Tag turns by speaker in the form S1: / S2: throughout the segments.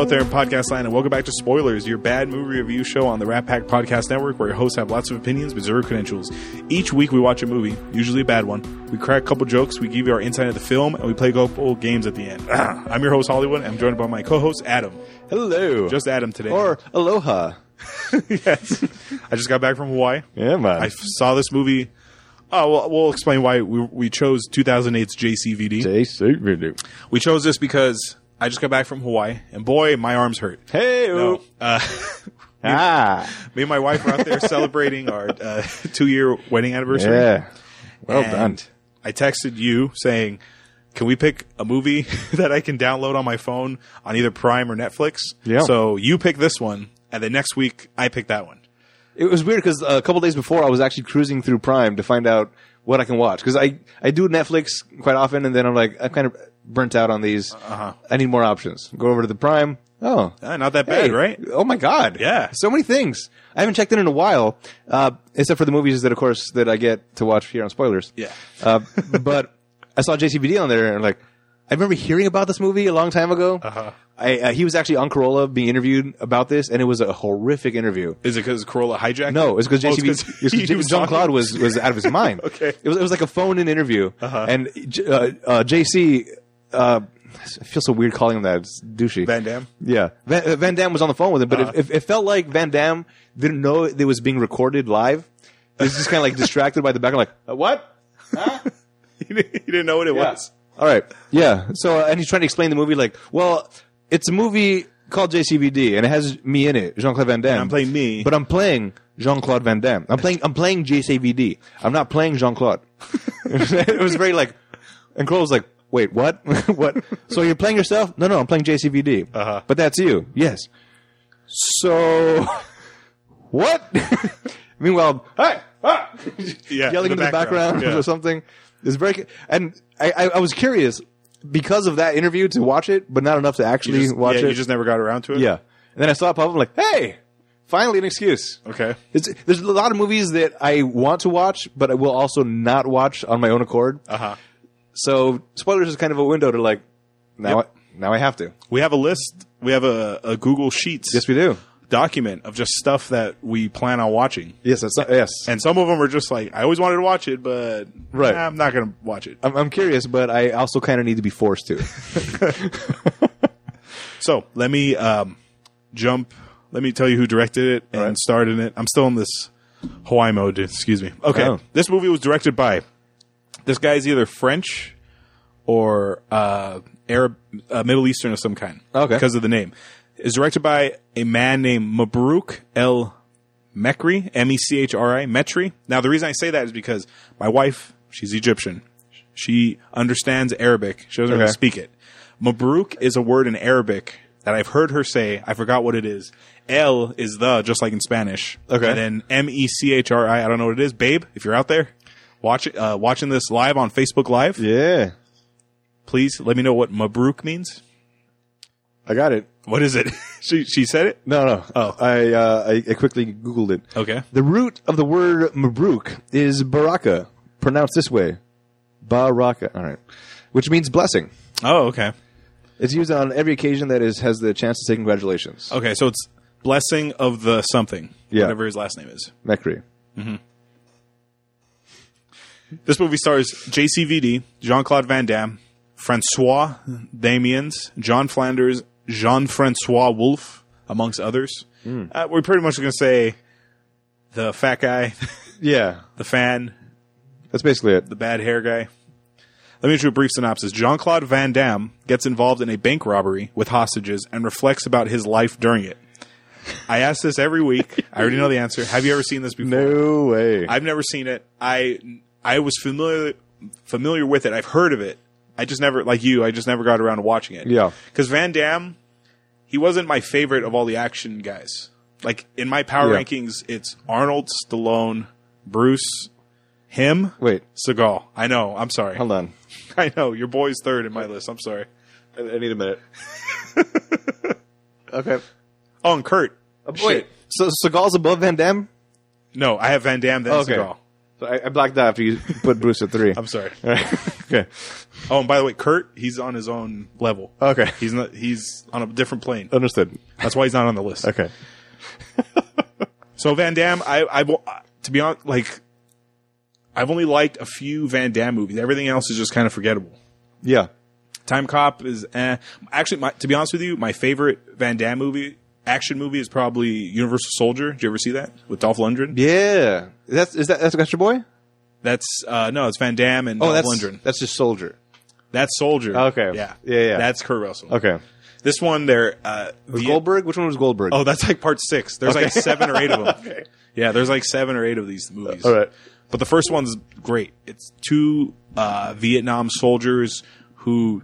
S1: out there in podcast land, and welcome back to Spoilers, your bad movie review show on the Rat Pack Podcast Network, where your hosts have lots of opinions but zero credentials. Each week, we watch a movie, usually a bad one. We crack a couple jokes, we give you our insight of the film, and we play a couple games at the end. I'm your host Hollywood. and I'm joined by my co-host Adam.
S2: Hello.
S1: Just Adam today.
S2: or aloha.
S1: yes, I just got back from Hawaii.
S2: Yeah, man.
S1: I f- saw this movie. Oh, well, we'll explain why we, we chose 2008's JCVD. We chose this because I just got back from Hawaii, and boy, my arms hurt.
S2: Hey.
S1: No, uh,
S2: Ah.
S1: me and my wife were out there celebrating our uh, two-year wedding anniversary.
S2: Yeah. Well done.
S1: and I texted you saying, "Can we pick a movie that I can download on my phone on either Prime or Netflix?"
S2: Yeah.
S1: So you pick this one, and then next week I pick that one.
S2: It was weird because a couple days before I was actually cruising through Prime to find out what I can watch because I I do Netflix quite often and then I'm like I'm kind of burnt out on these. Uh-huh. I need more options. Go over to the Prime. Oh,
S1: Uh, not that bad,
S2: Hey,
S1: right?
S2: Oh my god!
S1: Yeah.
S2: so many things. I haven't checked in in a while, uh, except for the movies that, of course, that I get to watch here on spoilers.
S1: Yeah.
S2: uh, but I saw JCBD on there, and like, I remember hearing about this movie a long time ago. Uh-huh. I, uh, he was actually on Corolla being interviewed about this, and it was a horrific interview.
S1: Is it because Corolla hijacked?
S2: No, it's because
S1: Oh,
S2: JCB,
S1: it's 'cause he was
S2: John
S1: talking?
S2: Claude was, was out of his mind.
S1: Okay. Uh-huh.
S2: It was, it was like a phone in interview. And J- uh, uh, JC, uh, I feel so weird calling him that. It's douchey.
S1: Van Damme?
S2: Yeah. Van, uh, Van Damme was on the phone with him, but it, it, it felt like Van Damme didn't know it was being recorded live. He was just kind of like distracted by the background, like, uh, what?
S1: you didn't know what it
S2: Yeah.
S1: was.
S2: All right. Yeah. So, uh, and he's trying to explain the movie, like, well, it's a movie called JCVD, and it has me in it, Jean Claude Van Damme.
S1: I'm playing me.
S2: but I'm playing Jean Claude Van Damme. I'm playing, I'm playing JCVD. I'm not playing Jean Claude. it was very like, and Cole was like, wait, what? what? So you're playing yourself? No, no, I'm playing JCVD. Uh-huh. But that's you. Yes. So, what? Meanwhile, hey, ah!
S1: Yeah,
S2: yelling
S1: in
S2: in
S1: the
S2: the
S1: background.
S2: background,
S1: Yeah.
S2: or something. It's very, and I, I, I was curious because of that interview to watch it, but not enough to
S1: You
S2: actually
S1: just-
S2: watch
S1: yeah,
S2: it.
S1: you just never got around to it.
S2: yeah, and then I saw it pop up. I'm like, hey, finally an excuse.
S1: Okay.
S2: It's, there's a lot of movies that I want to watch, but I will also not watch on my own accord.
S1: Uh huh.
S2: So spoilers is kind of a window to like now. I, now I have to.
S1: We have a list. We have a, a Google Sheets
S2: Yes, we do.
S1: document of just stuff that we plan on watching,
S2: Yes, that's not, yes.
S1: and some of them are just like I always wanted to watch it, but
S2: Right.
S1: nah, I'm not going to watch it.
S2: I'm, I'm curious, but I also kind of need to be forced to.
S1: So let me um, jump. Let me tell you who directed it and
S2: right.
S1: starred in it. I'm still in this Hawaii mode. Excuse me. Okay.
S2: Oh.
S1: This movie was directed by this guy's either French or uh, Arab, uh, Middle Eastern of some kind.
S2: Okay.
S1: Because of the name, is directed by a man named Mabrouk El Mekri, M E C H R I, Metri. Now, the reason I say that is because my wife, she's Egyptian. She understands Arabic. She doesn't really
S2: Okay.
S1: speak it. Mabruk is a word in Arabic that I've heard her say. I forgot what it is. El is the, just like in Spanish.
S2: Okay.
S1: And then M E C H R I, I don't know what it is. Babe, if you're out there, watch it, uh, watching this live on Facebook Live,
S2: yeah,
S1: please let me know what Mabruk means.
S2: I got it.
S1: What is it? she, she said it?
S2: No, no.
S1: Oh.
S2: I uh, I, I quickly googled it.
S1: Okay.
S2: The root of the word mabruk is baraka, pronounced this way, baraka. All right, which means blessing.
S1: Oh, okay.
S2: It's used on every occasion that is has the chance to say congratulations.
S1: Okay, so it's blessing of the something,
S2: Yeah.
S1: whatever his last name is.
S2: Mekri.
S1: This movie stars JCVD, Jean Claude Van Damme, Francois Damiens, John Flanders, Jean Francois Wolfe, amongst others. Uh, we're pretty much going to say the fat guy,
S2: Yeah,
S1: the fan,
S2: that's basically it.
S1: the bad hair guy. Let me do a brief synopsis. Jean Claude Van Damme gets involved in a bank robbery with hostages and reflects about his life during it. I ask this every week. I already know the answer. Have you ever seen this before?
S2: No way.
S1: I've never seen it. I I was familiar familiar with it. I've heard of it. I just never like you. I just never got around to watching it.
S2: Yeah.
S1: because Van Damme, he wasn't my favorite of all the action guys. Like in my power
S2: Yeah.
S1: rankings, it's Arnold, Stallone, Bruce, him,
S2: Wait,
S1: Seagal. I know. I'm sorry.
S2: hold on.
S1: I know your boy's third in my list. I'm sorry.
S2: I, I need a minute. okay.
S1: Oh, and Kurt.
S2: Wait, so Seagal's above Van Damme?
S1: No, I have Van Damme then
S2: Okay.
S1: Seagal.
S2: So I, I blacked out after you put Bruce at three.
S1: I'm sorry.
S2: Okay.
S1: Oh, and by the way, Kurt, he's on his own level.
S2: Okay.
S1: He's not. He's on a different plane.
S2: Understood.
S1: That's why he's not on the list.
S2: Okay.
S1: So Van Damme, I, I will- to be honest, like I've only liked a few Van Damme movies. Everything else is just kind of forgettable.
S2: Yeah.
S1: Time Cop is eh. actually, my, to be honest with you, my favorite Van Damme movie, action movie, is probably Universal Soldier. Did you ever see that with Dolph Lundgren?
S2: Yeah. That's is that that's, that's your boy?
S1: That's uh, no, it's Van Damme and
S2: Oh,
S1: Dolph
S2: that's
S1: Lundgren.
S2: that's just soldier.
S1: That's Soldier.
S2: Okay.
S1: yeah,
S2: Yeah, yeah.
S1: That's Kurt Russell.
S2: Okay.
S1: This one, there, uh, the-
S2: Goldberg. Which one was Goldberg?
S1: Oh, that's like part six. There's like seven or eight of them. Yeah, there's like seven or eight of these movies.
S2: All right.
S1: But the first one's great. It's two uh, Vietnam soldiers who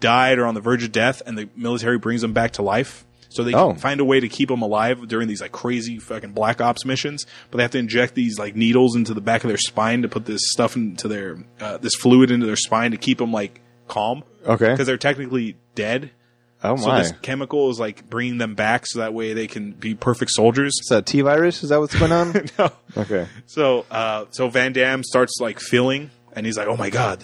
S1: died or on the verge of death, and the military brings them back to life. So they
S2: Oh.
S1: find a way to keep them alive during these like crazy fucking black ops missions, but they have to inject these like needles into the back of their spine to put this stuff into their uh, this fluid into their spine to keep them like calm.
S2: Okay.
S1: because they're technically dead.
S2: oh
S1: So
S2: my.
S1: this chemical is like bringing them back, so that way they can be perfect soldiers.
S2: It's a T virus. Is that what's going on?
S1: No.
S2: okay.
S1: So, uh, so Van Damme starts like feeling, and he's like, "Oh my god,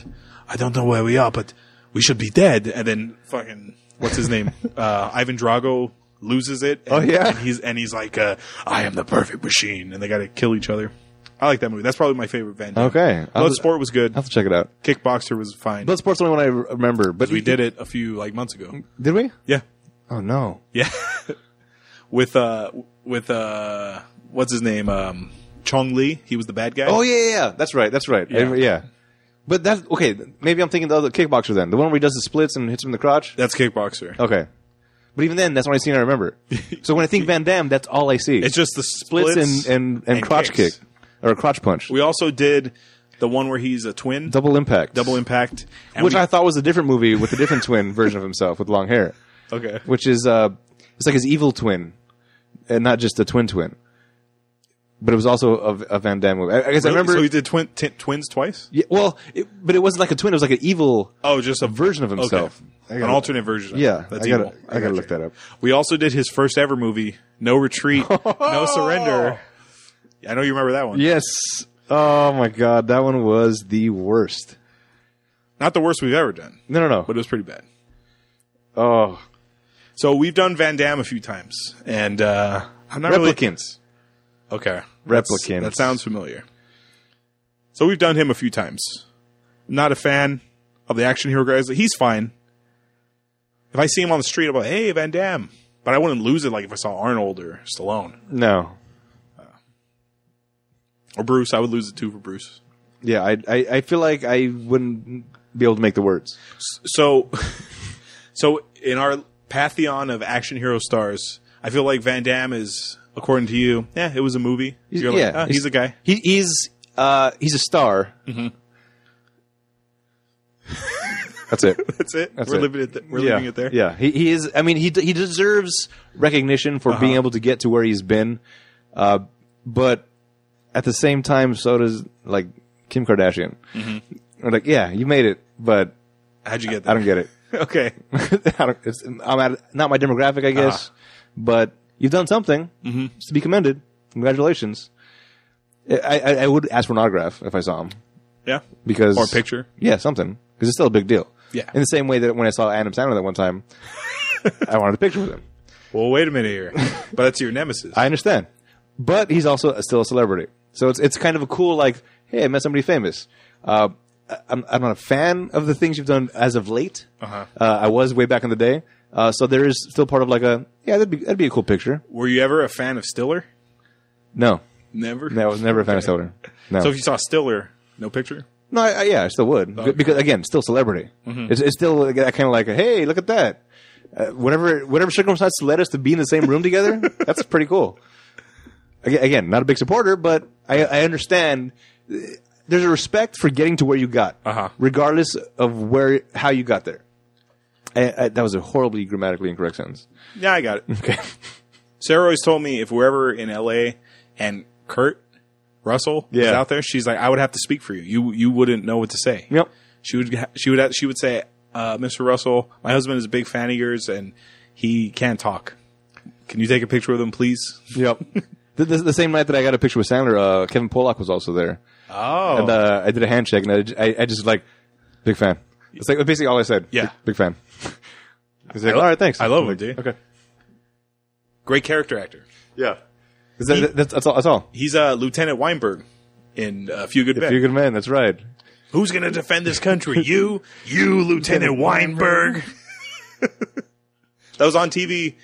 S1: I don't know where we are, but we should be dead." And then fucking what's his name, uh, Ivan Drago loses it. And,
S2: Oh, yeah.
S1: and he's and he's like, uh, "I am the perfect machine," and they got to kill each other. I like that movie. That's probably my favorite Van Damme.
S2: Okay. I'll have to-
S1: Bloodsport was good.
S2: I'll have to check it out.
S1: Kickboxer was fine.
S2: Bloodsport's the only one I re- remember, but
S1: We did it a few like months ago.
S2: Did we?
S1: Yeah,
S2: Oh no.
S1: yeah. with uh, with uh, what's his name, um, Chong Li. He was the bad guy.
S2: Oh yeah, yeah, yeah. That's right. That's right. I
S1: Yeah.
S2: rem- yeah. But that's okay. th- Maybe I'm thinking the other kickboxer then, the one where he does the splits and hits him in the crotch.
S1: That's Kickboxer.
S2: Okay. But even then, that's the only scene I remember. so when I think Van Damme, that's all I see.
S1: It's just the
S2: splits
S1: splits,
S2: and, and, and, crotch
S1: kicks.
S2: kick or crotch punch.
S1: We also did the one where he's a twin, double,
S2: Double impact.
S1: impact, and
S2: which
S1: we-
S2: I thought was a different movie with a different twin version of himself with long hair,
S1: okay.
S2: which is uh, it's like his evil twin, and not just a twin twin. But it was also a, a Van Damme movie. I, I guess I
S1: Really?
S2: remember.
S1: So he did twin, t- twins twice.
S2: yeah, well, it, but it wasn't like a twin. It was like an evil.
S1: Oh, just a
S2: version of himself. I
S1: an
S2: gotta-
S1: alternate version. of
S2: Yeah,
S1: him. that's
S2: I gotta,
S1: evil.
S2: I gotta look that up.
S1: We also did his first ever movie, No Retreat, No Surrender. I know you remember that one.
S2: Yes. Oh my god, that one was the worst.
S1: Not the worst we've ever done,
S2: No, no, no.
S1: but it was pretty bad.
S2: oh,
S1: So we've done Van Damme a few times, and uh, I'm not really
S2: replicants.
S1: Okay.
S2: Replicants.
S1: That's- That sounds familiar. So we've done him a few times. Not a fan of the action hero guys. He's fine. If I see him on the street, I'm like, hey, Van Damme. But I wouldn't lose it like if I saw Arnold or Stallone
S2: No.
S1: or Bruce. I would lose it too for Bruce.
S2: Yeah, I, I, I feel like I wouldn't be able to make the words.
S1: So, so in our pantheon of action hero stars, I feel like Van Damme is, according to you, yeah, it was a movie. You're like,
S2: yeah,
S1: "Ah, he's a guy.
S2: He, he's uh, he's a star.
S1: Mm-hmm.
S2: That's it.
S1: That's it.
S2: That's
S1: we're
S2: it.
S1: living it. Th- we're
S2: yeah.
S1: leaving it there.
S2: Yeah, he, he is. I mean, he d- he deserves recognition for
S1: Uh-huh.
S2: being able to get to where he's been, uh, but at the same time, so does like Kim Kardashian.
S1: Mm-hmm.
S2: We're like, yeah, you made it, but
S1: How'd you get that?
S2: I don't get it.
S1: okay.
S2: I don't, it's, I'm at, not my demographic, I guess,
S1: Uh-huh.
S2: but you've done something. Mm-hmm. It's to be commended. Congratulations. I, I, I would ask for an autograph if I saw him
S1: Yeah.
S2: because
S1: Or a picture.
S2: Yeah, something because it's still a big deal.
S1: Yeah.
S2: In the same way that when I saw Adam Sandler that one time, I wanted a picture with him.
S1: Well, wait a minute here. But that's your nemesis.
S2: I understand, but he's also a, still a celebrity, so it's it's kind of a cool like, hey, I met somebody famous. Uh, I- I'm I'm not a fan of the things you've done as of late.
S1: Uh-huh.
S2: Uh, I was way back in the day, uh, so there is still part of like a yeah, that'd be that'd be a cool picture.
S1: Were you ever a fan of Stiller?
S2: No,
S1: Never.
S2: no, I was never a fan of Stiller. No,
S1: So if you saw Stiller, no picture.
S2: no, I, I, yeah, I still would B- because again, still celebrity. It's, it's still like that kind of like, a, hey, look at that. Uh, whatever whatever circumstance led us to be in the same room together, that's pretty cool. Aga- Again, not a big supporter, but I, I understand. uh, There's a respect for getting to where you got,
S1: Uh-huh.
S2: regardless of where how you got there. I, I, that was a horribly grammatically incorrect sentence.
S1: Yeah, I got it. Okay. Sarah always told me if we're ever in L.A. and Kurt Russell is
S2: Yeah.
S1: out there, she's like, I would have to speak for you. You you wouldn't know what to say.
S2: Yep.
S1: She would ha- she would ha- she would say, uh, Mr. Russell, my husband is a big fan of yours, and he can't talk. Can you take a picture with him, please?
S2: Yep. the, the, the same night that I got a picture with Sandler, uh, Kevin Pollock was also there.
S1: Oh,
S2: And, uh, I did a handshake, and I, j- I- I just like Big fan. It's like basically all I said.
S1: Yeah.
S2: Big, big fan. He's like,
S1: I lo-
S2: all right, thanks.
S1: I love
S2: I'm
S1: him,
S2: like,
S1: dude.
S2: Okay.
S1: Great character actor.
S2: Yeah. Is that- that's, that's all. That's all.
S1: He's uh, Lieutenant Weinberg in A Few Good Men.
S2: If you're a good man, that's right.
S1: Who's going to defend this country? You, you, Lieutenant Weinberg. that was on TV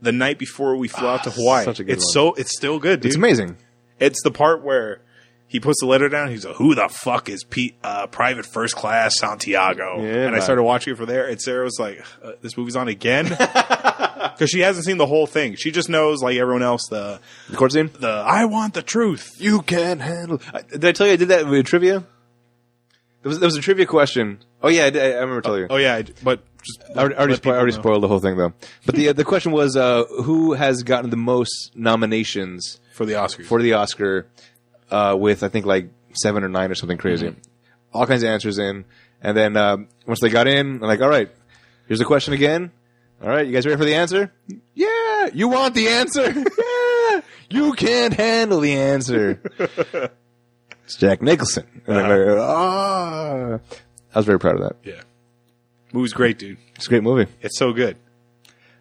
S1: the night before we flew out to Hawaii.
S2: such a good
S1: it's
S2: one.
S1: so it's still good, dude.
S2: It's amazing.
S1: It's the part where he puts the letter down. He's like, "Who the fuck is Pete, uh, Private First Class Santiago?"
S2: Yeah,
S1: and I
S2: man.
S1: started watching it from there. And Sarah was like, uh, "This movie's on again," because she hasn't seen the whole thing. She just knows, like everyone else, the
S2: The court scene.
S1: the I want the truth.
S2: You can handle. I, did I tell you I did that with trivia? There was there was a trivia question. Oh yeah, I, did, I I remember telling you.
S1: Oh yeah, I d- but just
S2: I already, I already,
S1: let
S2: spo- I already
S1: people know.
S2: spoiled the whole thing though. But the uh, the question was uh, who has gotten the most nominations
S1: for the Oscars.
S2: for the Oscar uh, with I think like seven or nine or something crazy. All kinds of answers in, and then um, once they got in, I'm like, all right, here's the question again. All right, you guys ready for the answer? Yeah, you want the answer? yeah, you can't handle the answer. it's Jack Nicholson. And I'm like, "Ah." I was very proud of that.
S1: yeah, movie's great, dude.
S2: It's a great movie.
S1: It's so good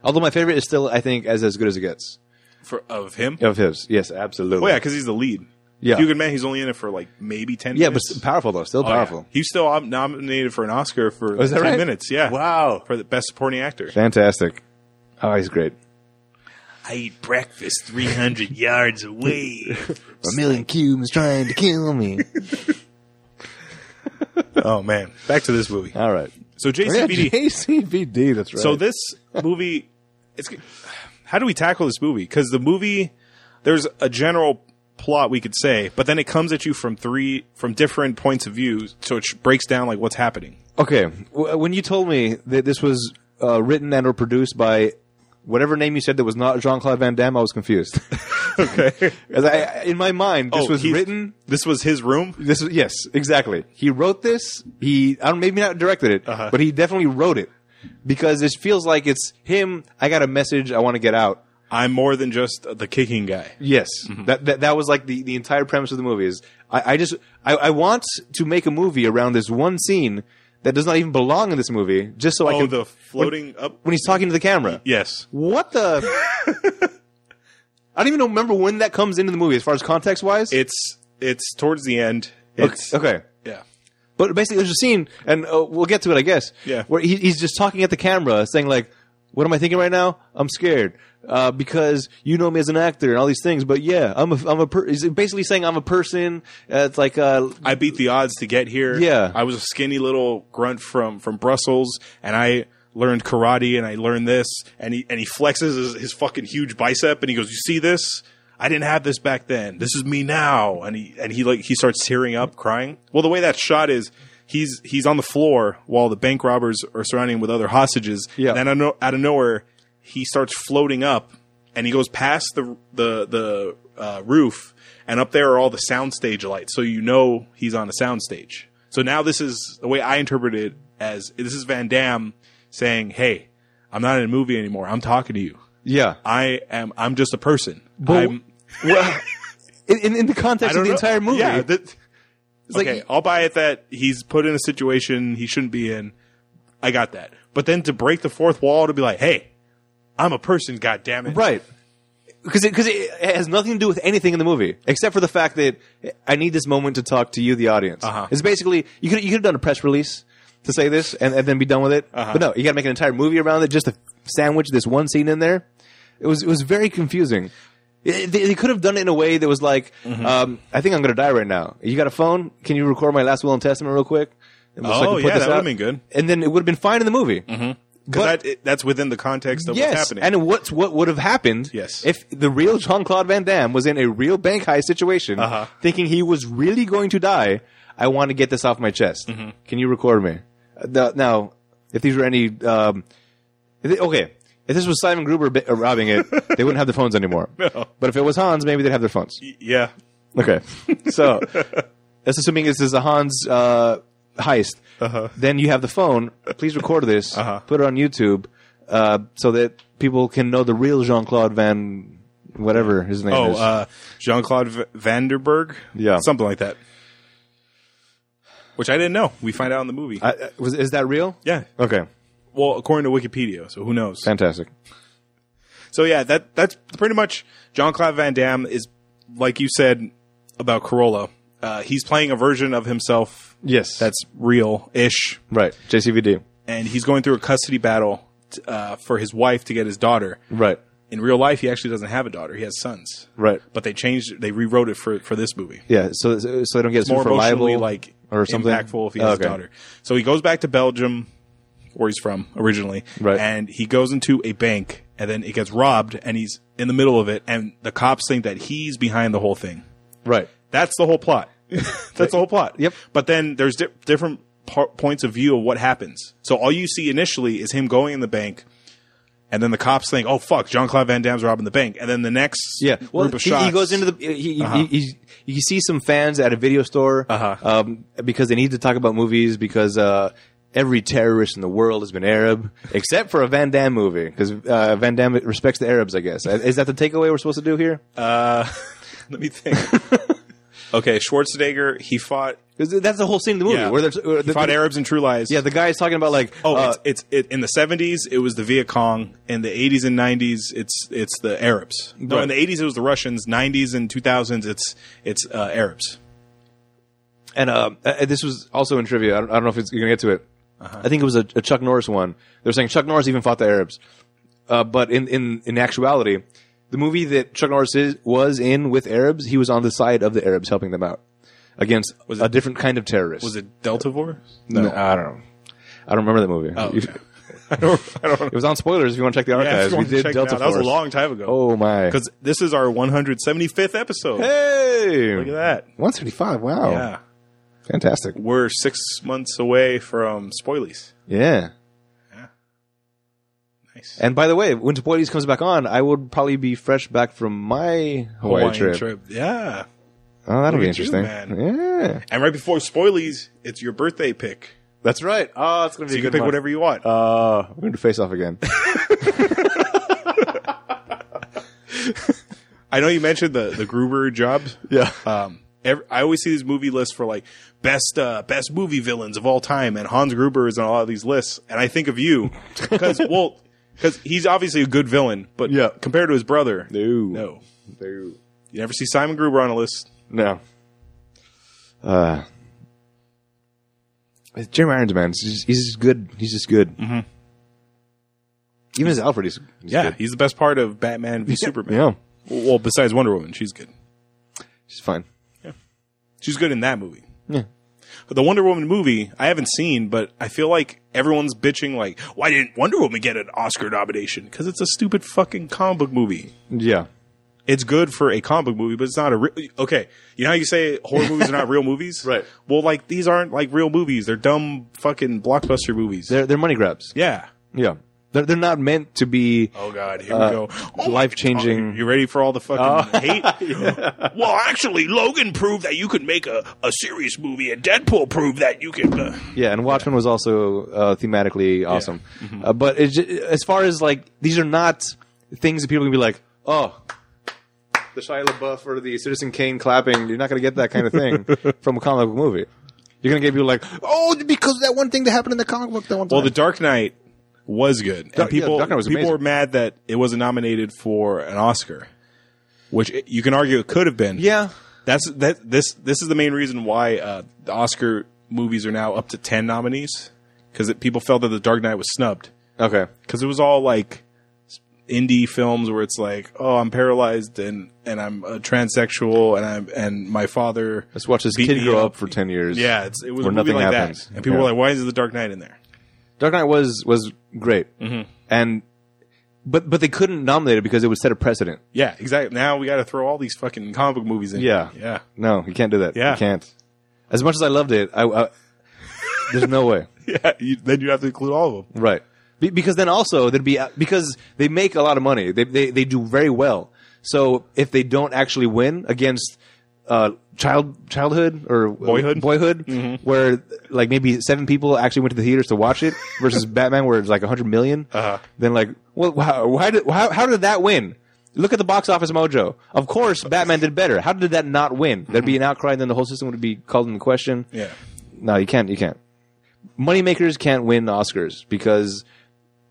S2: Although my favorite is still, I think, as as good as it gets
S1: for of him.
S2: of his. Yes, absolutely.
S1: Oh yeah, because he's the lead.
S2: Yeah.
S1: Hugo Man. He's only in it for like maybe ten.
S2: yeah, but
S1: minutes.
S2: s- powerful though, still
S1: Oh, yeah.
S2: powerful.
S1: He's still om- nominated for an Oscar for
S2: Oh, is that
S1: 10
S2: right?
S1: minutes. Yeah.
S2: Wow.
S1: For the best supporting actor.
S2: Fantastic. Oh, he's great.
S1: I eat breakfast 300 yards away.
S2: A million cubes trying to kill me.
S1: Oh, man. Back to this movie.
S2: All right.
S1: So, JCPD.
S2: JCVD, that's right.
S1: So, this movie, it's how do we tackle this movie? Because the movie, there's a general plot we could say, but then it comes at you from three, from different points of view. So, it sh- breaks down like what's happening.
S2: okay, w- when you told me that this was uh, written and or produced by whatever name you said that was not Jean Claude Van Damme, I was confused.
S1: Okay.
S2: As I, in my mind, this
S1: Oh,
S2: was
S1: he-
S2: written.
S1: This was his room?
S2: This was yes, exactly. He wrote this. He I don't maybe not directed it,
S1: Uh-huh.
S2: but he definitely wrote it because this feels like it's him. I got a message. I want to get out.
S1: I'm more than just the kicking guy.
S2: Yes,
S1: Mm-hmm.
S2: that, that that was like the, the entire premise of the movie is I, I just I, I want to make a movie around this one scene that does not even belong in this movie, just so I
S1: Oh,
S2: can
S1: the floating up.
S2: when he's talking to the camera.
S1: Yes.
S2: What the? I don't even remember when that comes into the movie as far as context wise.
S1: It's it's towards the end.
S2: okay,
S1: It's
S2: okay.
S1: yeah.
S2: but basically there's a scene, and uh, we'll get to it, I guess.
S1: Yeah.
S2: where he, he's just talking at the camera, saying like, "What am I thinking right now? I'm scared." Uh, because you know me as an actor and all these things, but yeah, I'm a, I'm a per- he's basically saying I'm a person. Uh, it's like uh,
S1: I beat the odds to get here.
S2: Yeah.
S1: I was a skinny little grunt from from Brussels, and I learned karate, and I learned this, and he and he flexes his, his fucking huge bicep, and he goes, "You see this? I didn't have this back then. This is me now." And he and he like he starts tearing up, crying. Well, the way that shot is. He's he's on the floor while the bank robbers are surrounding him with other hostages.
S2: Yeah.
S1: And then out of, no- out of nowhere, he starts floating up, and he goes past the the the uh, roof, and up there are all the soundstage lights, so you know he's on a soundstage. So now this is the way I interpret it as this is Van Damme saying, "Hey, I'm not in a movie anymore. I'm talking to you.
S2: yeah.
S1: I am. I'm just a person.
S2: But
S1: I'm,
S2: well, in, in, in the context of the
S1: know.
S2: entire movie,
S1: Yeah, that-
S2: like-
S1: okay, I'll buy it that he's put in a situation he shouldn't be in. I got that. But then to break the fourth wall to be like, "Hey, I'm a person. God damn it.
S2: right? Because because it, it has nothing to do with anything in the movie except for the fact that I need this moment to talk to you, the audience.
S1: Uh-huh.
S2: It's basically you could you could have done a press release to say this and, and then be done with it,
S1: Uh-huh.
S2: but no, you got to make an entire movie around it just to sandwich this one scene in there. It was it was very confusing. It- they, they could have done it in a way that was like,
S1: Mm-hmm.
S2: um, I think I'm going to die right now. You got a phone? Can you record my last will and testament real quick? And just so I
S1: Oh,
S2: can put
S1: yeah,
S2: this
S1: that would have
S2: out?"
S1: been good. Mm-hmm.
S2: And then it would have been fine in the movie.
S1: Because that, it- that's within the context of what's
S2: Yes,
S1: happening.
S2: and what's what would have happened?
S1: Yes.
S2: if the real Jean Claude Van Damme was in a real bank heist situation,
S1: Uh-huh.
S2: thinking he was really going to die. I want to get this off my chest.
S1: Mm-hmm.
S2: Can you record me? Uh, the- now, if these were any, um, if they- okay, if this was Simon Gruber bi- uh, robbing it, they wouldn't have their phones anymore.
S1: No.
S2: But if it was Hans, maybe they'd have their phones.
S1: yeah.
S2: Okay, so that's assuming this is a Hans uh, heist.
S1: Uh-huh.
S2: Then you have the phone. Please record this. Put it on YouTube uh, so that people can know the real Jean Claude Van whatever his name
S1: Oh,
S2: is.
S1: uh, Jean Claude v- Vanderberg?
S2: Yeah.
S1: Something like that. which I didn't know. We find out in the movie.
S2: I, I- was, is that real?
S1: yeah.
S2: Okay.
S1: Well, according to Wikipedia, so who knows?
S2: Fantastic.
S1: So yeah, that that's pretty much John Claude Van Damme is like you said about Corolla. Uh, he's playing a version of himself
S2: Yes.
S1: that's real ish,
S2: right. JCVD.
S1: and he's going through a custody battle t- uh, for his wife to get his daughter.
S2: Right.
S1: In real life, he actually doesn't have a daughter; he has sons.
S2: Right.
S1: But they changed, they rewrote it for for this movie.
S2: Yeah. So so they don't get
S1: More
S2: sued for
S1: emotionally,
S2: libel
S1: like
S2: or something
S1: impactful if he has
S2: Okay.
S1: a daughter. So he goes back to Belgium, where he's from originally,
S2: Right.
S1: and he goes into a bank, and then it gets robbed, and he's in the middle of it, and the cops think that he's behind the whole thing.
S2: Right.
S1: That's the whole plot. That's the whole plot.
S2: Yep.
S1: But then there's di- different par- points of view of what happens. So all you see initially is him going in the bank, and then the cops think, "Oh fuck, John Claude Van Damme's robbing the bank." And then the next
S2: Yeah. Well,
S1: group of
S2: he,
S1: shots,
S2: he goes into the he, he, he, he, you see some fans at a video store
S1: Uh-huh.
S2: um, because they need to talk about movies because uh, every terrorist in the world has been Arab except for a Van Damme movie because uh, Van Damme respects the Arabs. I guess Uh, is that the takeaway we're supposed to do here?
S1: Let me think. okay, Schwarzenegger, he fought.
S2: 'Cause that's the whole scene of the movie
S1: Yeah.
S2: where there's where
S1: He
S2: the,
S1: fought
S2: the-
S1: Arabs in True Lies.
S2: yeah the guy is talking about like
S1: Oh,
S2: uh,
S1: it's, it's it, in the seventies. It was the Viet Cong. In the eighties and nineties, it's it's the Arabs. No, in
S2: Right.
S1: the eighties it was the Russians. Nineties and two thousands, it's it's uh, Arabs.
S2: And uh, uh, this was also in trivia. I don't, I don't know if it's, you're going to get to it.
S1: Uh-huh.
S2: I think it was a, a Chuck Norris one. They're saying Chuck Norris even fought the Arabs, uh, but in, in in actuality, the movie that Chuck Norris is, was in with Arabs, he was on the side of the Arabs, helping them out against a different kind of terrorist.
S1: Was it Delta Force?
S2: No, I don't know. I don't remember that movie.
S1: I don't. I don't know.
S2: it was on spoilers. If you want to check the
S1: Oh, Yeah, I
S2: archives,
S1: just
S2: we
S1: wanted to
S2: did
S1: check it
S2: Delta
S1: out. That was a
S2: Force.
S1: long time ago.
S2: oh my!
S1: Because this is our 175th episode.
S2: hey, Oh. look
S1: at that.
S2: 175. Wow,
S1: Yeah,
S2: fantastic.
S1: we're six months away from spoilies.
S2: Yeah.
S1: Nice.
S2: And by the way, when Tapoides comes back on, I will probably be fresh back from my Hawaii,
S1: Hawaiian
S2: trip.
S1: Yeah.
S2: Oh, that'll be
S1: at you,
S2: interesting. yeah,
S1: And right before spoilies, it's your birthday pick.
S2: that's right. Oh, it's gonna be
S1: So you can pick whatever you want.
S2: Uh, we're gonna face off again.
S1: I know you mentioned the the Gruber jobs.
S2: yeah,
S1: Um, ev I always see these movie lists for like best uh, best movie villains of all time, and Hans Gruber is on a lot of these lists. And I think of you because well, because he's obviously a good villain, but
S2: Yeah.
S1: compared to his brother,
S2: no,
S1: no,
S2: no,
S1: you never see Simon Gruber on a list.
S2: no. Uh, it's Jeremy Irons, man, he's just, he's just good. He's just good. Mm-hmm. Even as Alfred, he's, he's
S1: yeah,
S2: good.
S1: he's the best part of Batman v Superman.
S2: yeah,
S1: Well, besides Wonder Woman, she's good.
S2: he's fine.
S1: She's good in that movie.
S2: Yeah.
S1: But the Wonder Woman movie, I haven't seen, but I feel like everyone's bitching like, why didn't Wonder Woman get an Oscar nomination? Because it's a stupid fucking comic book movie.
S2: Yeah,
S1: It's good for a comic book movie, but it's not a real. Okay, you know how you say horror movies are not real movies,
S2: Right.
S1: Well, like these aren't like real movies; they're dumb fucking blockbuster movies.
S2: they're they're money grabs.
S1: yeah.
S2: Yeah, they're they're not meant to be.
S1: Oh God, here we go. Oh,
S2: life
S1: you-
S2: changing.
S1: You ready for all the fucking hate? Well, actually, Logan proved that you could make a, a serious movie, and Deadpool proved that you can. Uh,
S2: Yeah, and Watchmen was also uh, thematically awesome. Uh, but it's ju- as far as like these are not things that people can be like, oh, the Shia LaBeouf or the Citizen Kane clapping. You're not going to get that kind of thing from a comic book movie. You're going to get people like, oh, because that one thing that happened in the comic book that one time.
S1: Well, The Dark Knight was good, and
S2: Dark- yeah,
S1: people
S2: Dark Knight was
S1: people
S2: amazing.
S1: were mad that it wasn't nominated for an Oscar, which it- you can argue it could have been.
S2: yeah,
S1: that's that. This this is the main reason why uh, the Oscar movies are now up to ten nominees because people felt that The Dark Knight was snubbed
S2: okay,
S1: because it was all like indie films where it's like, oh, I'm paralyzed and and I'm a transsexual and I'm and my father.
S2: let's watch this
S1: beat
S2: kid
S1: me
S2: grow up for ten years.
S1: Yeah, it's, it was
S2: where
S1: a movie
S2: nothing
S1: like
S2: happens.
S1: that, and people
S2: Yeah.
S1: were like, why is The Dark Knight in there?
S2: Dark Knight was was great, mm-hmm. and but but they couldn't nominate it because it would set a precedent.
S1: Yeah, exactly. Now we got to throw all these fucking comic book movies in.
S2: Yeah.
S1: yeah.
S2: No, you can't do that.
S1: Yeah.
S2: You can't. As much as I loved it, I, I there's no way.
S1: yeah you, then you have to include all of them.
S2: Right. Be- because then also there'd be because they make a lot of money. They they they do very well. So if they don't actually win against uh child childhood or
S1: Boyhood? Mm-hmm.
S2: boyhood where like maybe seven people actually went to the theaters to watch it versus Batman where it's like 100 million,
S1: Uh-huh.
S2: then like well why, why did how, how did that win? Look at the box office mojo. Of course, Batman did better. How did that not win? There'd be an outcry, and then the whole system would be called into question.
S1: Yeah.
S2: No, you can't. You can't. Moneymakers can't win Oscars because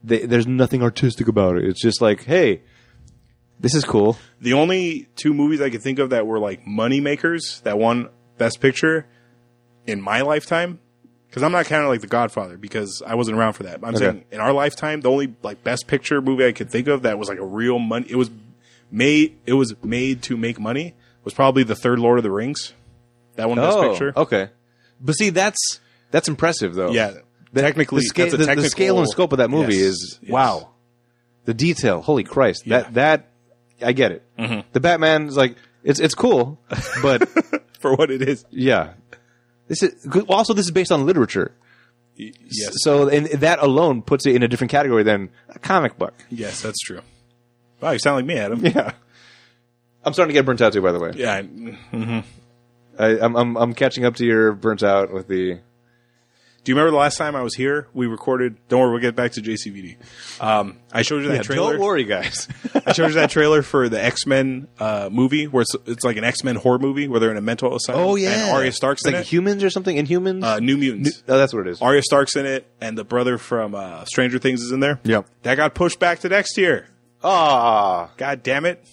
S2: they, there's nothing artistic about it. It's just like, hey, this is cool.
S1: The only two movies I could think of that were like money makers that won Best Picture in my lifetime, because I'm not counting like The Godfather because I wasn't around for that. I'm saying in our lifetime, the only like Best Picture movie I could think of that was like a real money. It was made. It was made to make money. Was probably the third Lord of the Rings. That one
S2: Oh.
S1: Best Picture.
S2: okay. But see, that's that's impressive though.
S1: Yeah, technically,
S2: the, sca-
S1: that's a
S2: the- the
S1: technical-
S2: scale and scope of that movie
S1: Yes,
S2: is
S1: yes.
S2: wow. The detail, holy Christ! That that I get it.
S1: Mm-hmm.
S2: The Batman is like it's it's cool, but
S1: for what it is.
S2: yeah, this is also this is based on literature.
S1: Yes,
S2: So and that alone puts it in a different category than a comic book.
S1: yes, that's true. Wow, you sound like me, Adam.
S2: Yeah. I'm starting to get burnt out too. By the way,
S1: Yeah, I-
S2: I, I'm, I'm I'm catching up to your burnt out with the.
S1: Do you remember the last time I was here? We recorded. Don't worry, we'll get back to JCVD. Um, I showed you that trailer.
S2: worry, guys.
S1: I showed you that trailer for the X Men uh, movie, where it's, it's like an X Men horror movie where they're in a mental asylum.
S2: oh yeah,
S1: and Arya Stark's
S2: like
S1: in it.
S2: humans or something. Inhumans.
S1: Uh, New Mutants.
S2: oh, that's what it is.
S1: Arya Stark's in it, and the brother from uh, Stranger Things is in there.
S2: Yep.
S1: that got pushed back to next year.
S2: Ah,
S1: God damn it!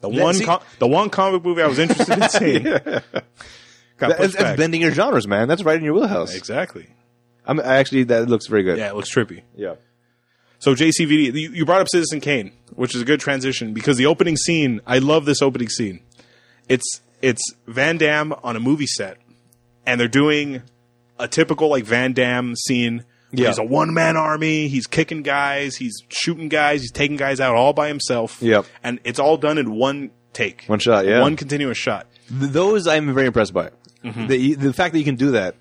S1: The
S2: Yeah,
S1: one,
S2: see-
S1: com- the one comic movie I was interested in seeing got
S2: That-
S1: pushed
S2: That's,
S1: back.
S2: that's bending your genres, man. That's right in your wheelhouse.
S1: exactly.
S2: I'm I actually that looks very good.
S1: Yeah, it looks trippy.
S2: Yeah.
S1: So JCVD, you, you brought up Citizen Kane, which is a good transition because the opening scene. I love this opening scene. It's it's Van Damme on a movie set, and they're doing a typical like Van Damme scene. where
S2: Yeah.
S1: He's a one man army. He's kicking guys. He's shooting guys. He's taking guys out all by himself.
S2: Yep.
S1: And it's all done in one take,
S2: One shot, yeah.
S1: one continuous shot.
S2: Th- those I'm very impressed by.
S1: Mm-hmm.
S2: The the fact that you can do that,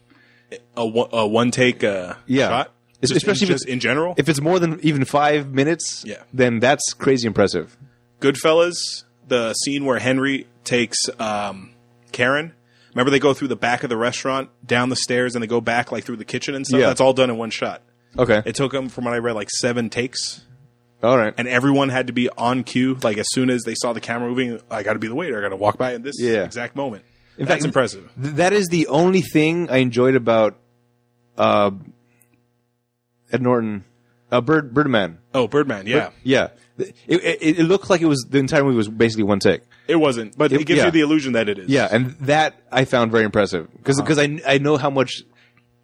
S1: A, one- a one take uh,
S2: Yeah.
S1: shot.
S2: Es-
S1: Just in-
S2: especially if
S1: just
S2: it's-
S1: in general.
S2: if it's more than even five minutes,
S1: Yeah.
S2: then that's crazy impressive.
S1: Goodfellas, the scene where Henry takes um, Karen. Remember, they go through the back of the restaurant, down the stairs, and they go back like through the kitchen and stuff.
S2: Yeah.
S1: That's all done in one shot.
S2: Okay,
S1: It took them, from what I read, like seven takes,
S2: all right.
S1: and everyone had to be on cue. Like as soon as they saw the camera moving, I got to be the waiter. I got to walk by in this
S2: Yeah.
S1: exact moment. That's
S2: fact-
S1: impressive.
S2: Th- that is the only thing I enjoyed about uh, Ed Norton, uh, Bird Birdman.
S1: Oh, Birdman, yeah,
S2: Yeah, Th- it, it, it looked like it was the entire movie was basically one take.
S1: it wasn't, but it, gives
S2: yeah.
S1: you the illusion that it is.
S2: Yeah, Uh-huh. and that I found very impressive because I kn- I know how much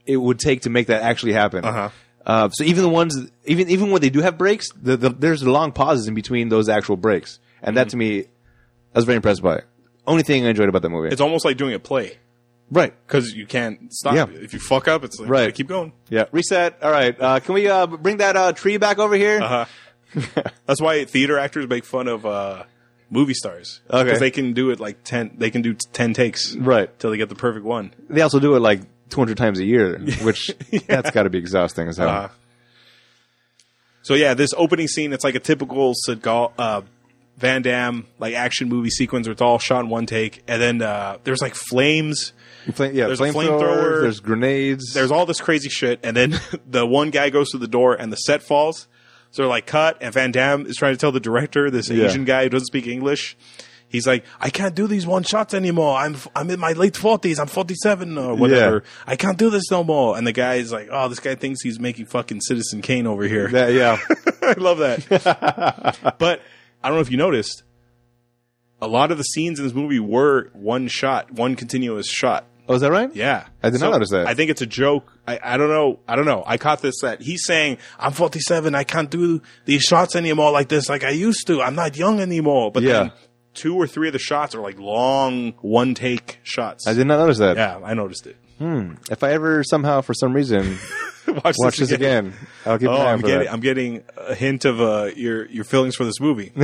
S2: it would take to make that actually happen.
S1: Uh-huh.
S2: Uh, so even the ones even even when they do have breaks, the, the, there's long pauses in between those actual breaks, and that to me, I was very impressed by. it. Only thing I enjoyed about that movie.
S1: it's almost like doing a play
S2: right.
S1: because you can't stop.
S2: Yeah.
S1: If you fuck up, it's like
S2: Right.
S1: keep going.
S2: Yeah. Reset. All right. Uh, can we uh, bring that uh, tree back over here?
S1: That's why theater actors make fun of uh, movie stars.
S2: Okay.
S1: they can do it like ten. They can do t- ten takes.
S2: Right.
S1: Till they get the perfect one.
S2: They also do it like 200 times a year, which that's got to be exhausting as hell.
S1: So yeah, this opening scene. It's like a typical Seagal, uh, Van Damme like action movie sequence where it's all shot in one take, and then uh, there's like flames.
S2: Fla- yeah.
S1: There's a
S2: flamethrowers,
S1: flamethrower.
S2: There's grenades.
S1: There's all this crazy shit, and then the one guy goes through the door, and the set falls. So they're like cut, and Van Damme is trying to tell the director, this
S2: Yeah.
S1: Asian guy who doesn't speak English. He's like, I can't do these one shots anymore. I'm I'm in my late forties. I'm forty seven or whatever. I can't do this no more. And the guy is like, Oh, this guy thinks he's making fucking Citizen Kane over here.
S2: That- yeah.
S1: I love that. but I don't know if you noticed, a lot of the scenes in this movie were one shot, one continuous shot.
S2: oh, is that right?
S1: Yeah,
S2: I did not notice that.
S1: I think it's a joke. I, I don't know. I don't know. I caught this that he's saying I'm 47. I can't do these shots anymore like this, like I used to. I'm not young anymore. But
S2: Yeah.
S1: then two or three of the shots are like long one take shots.
S2: I did not notice that.
S1: yeah, I noticed it.
S2: If I ever somehow, for some reason,
S1: Watch,
S2: watch this again, I'll keep an
S1: Oh,
S2: eye out
S1: I'm
S2: for
S1: getting,
S2: that.
S1: I'm getting a hint of uh, your your feelings for this movie.
S2: Now,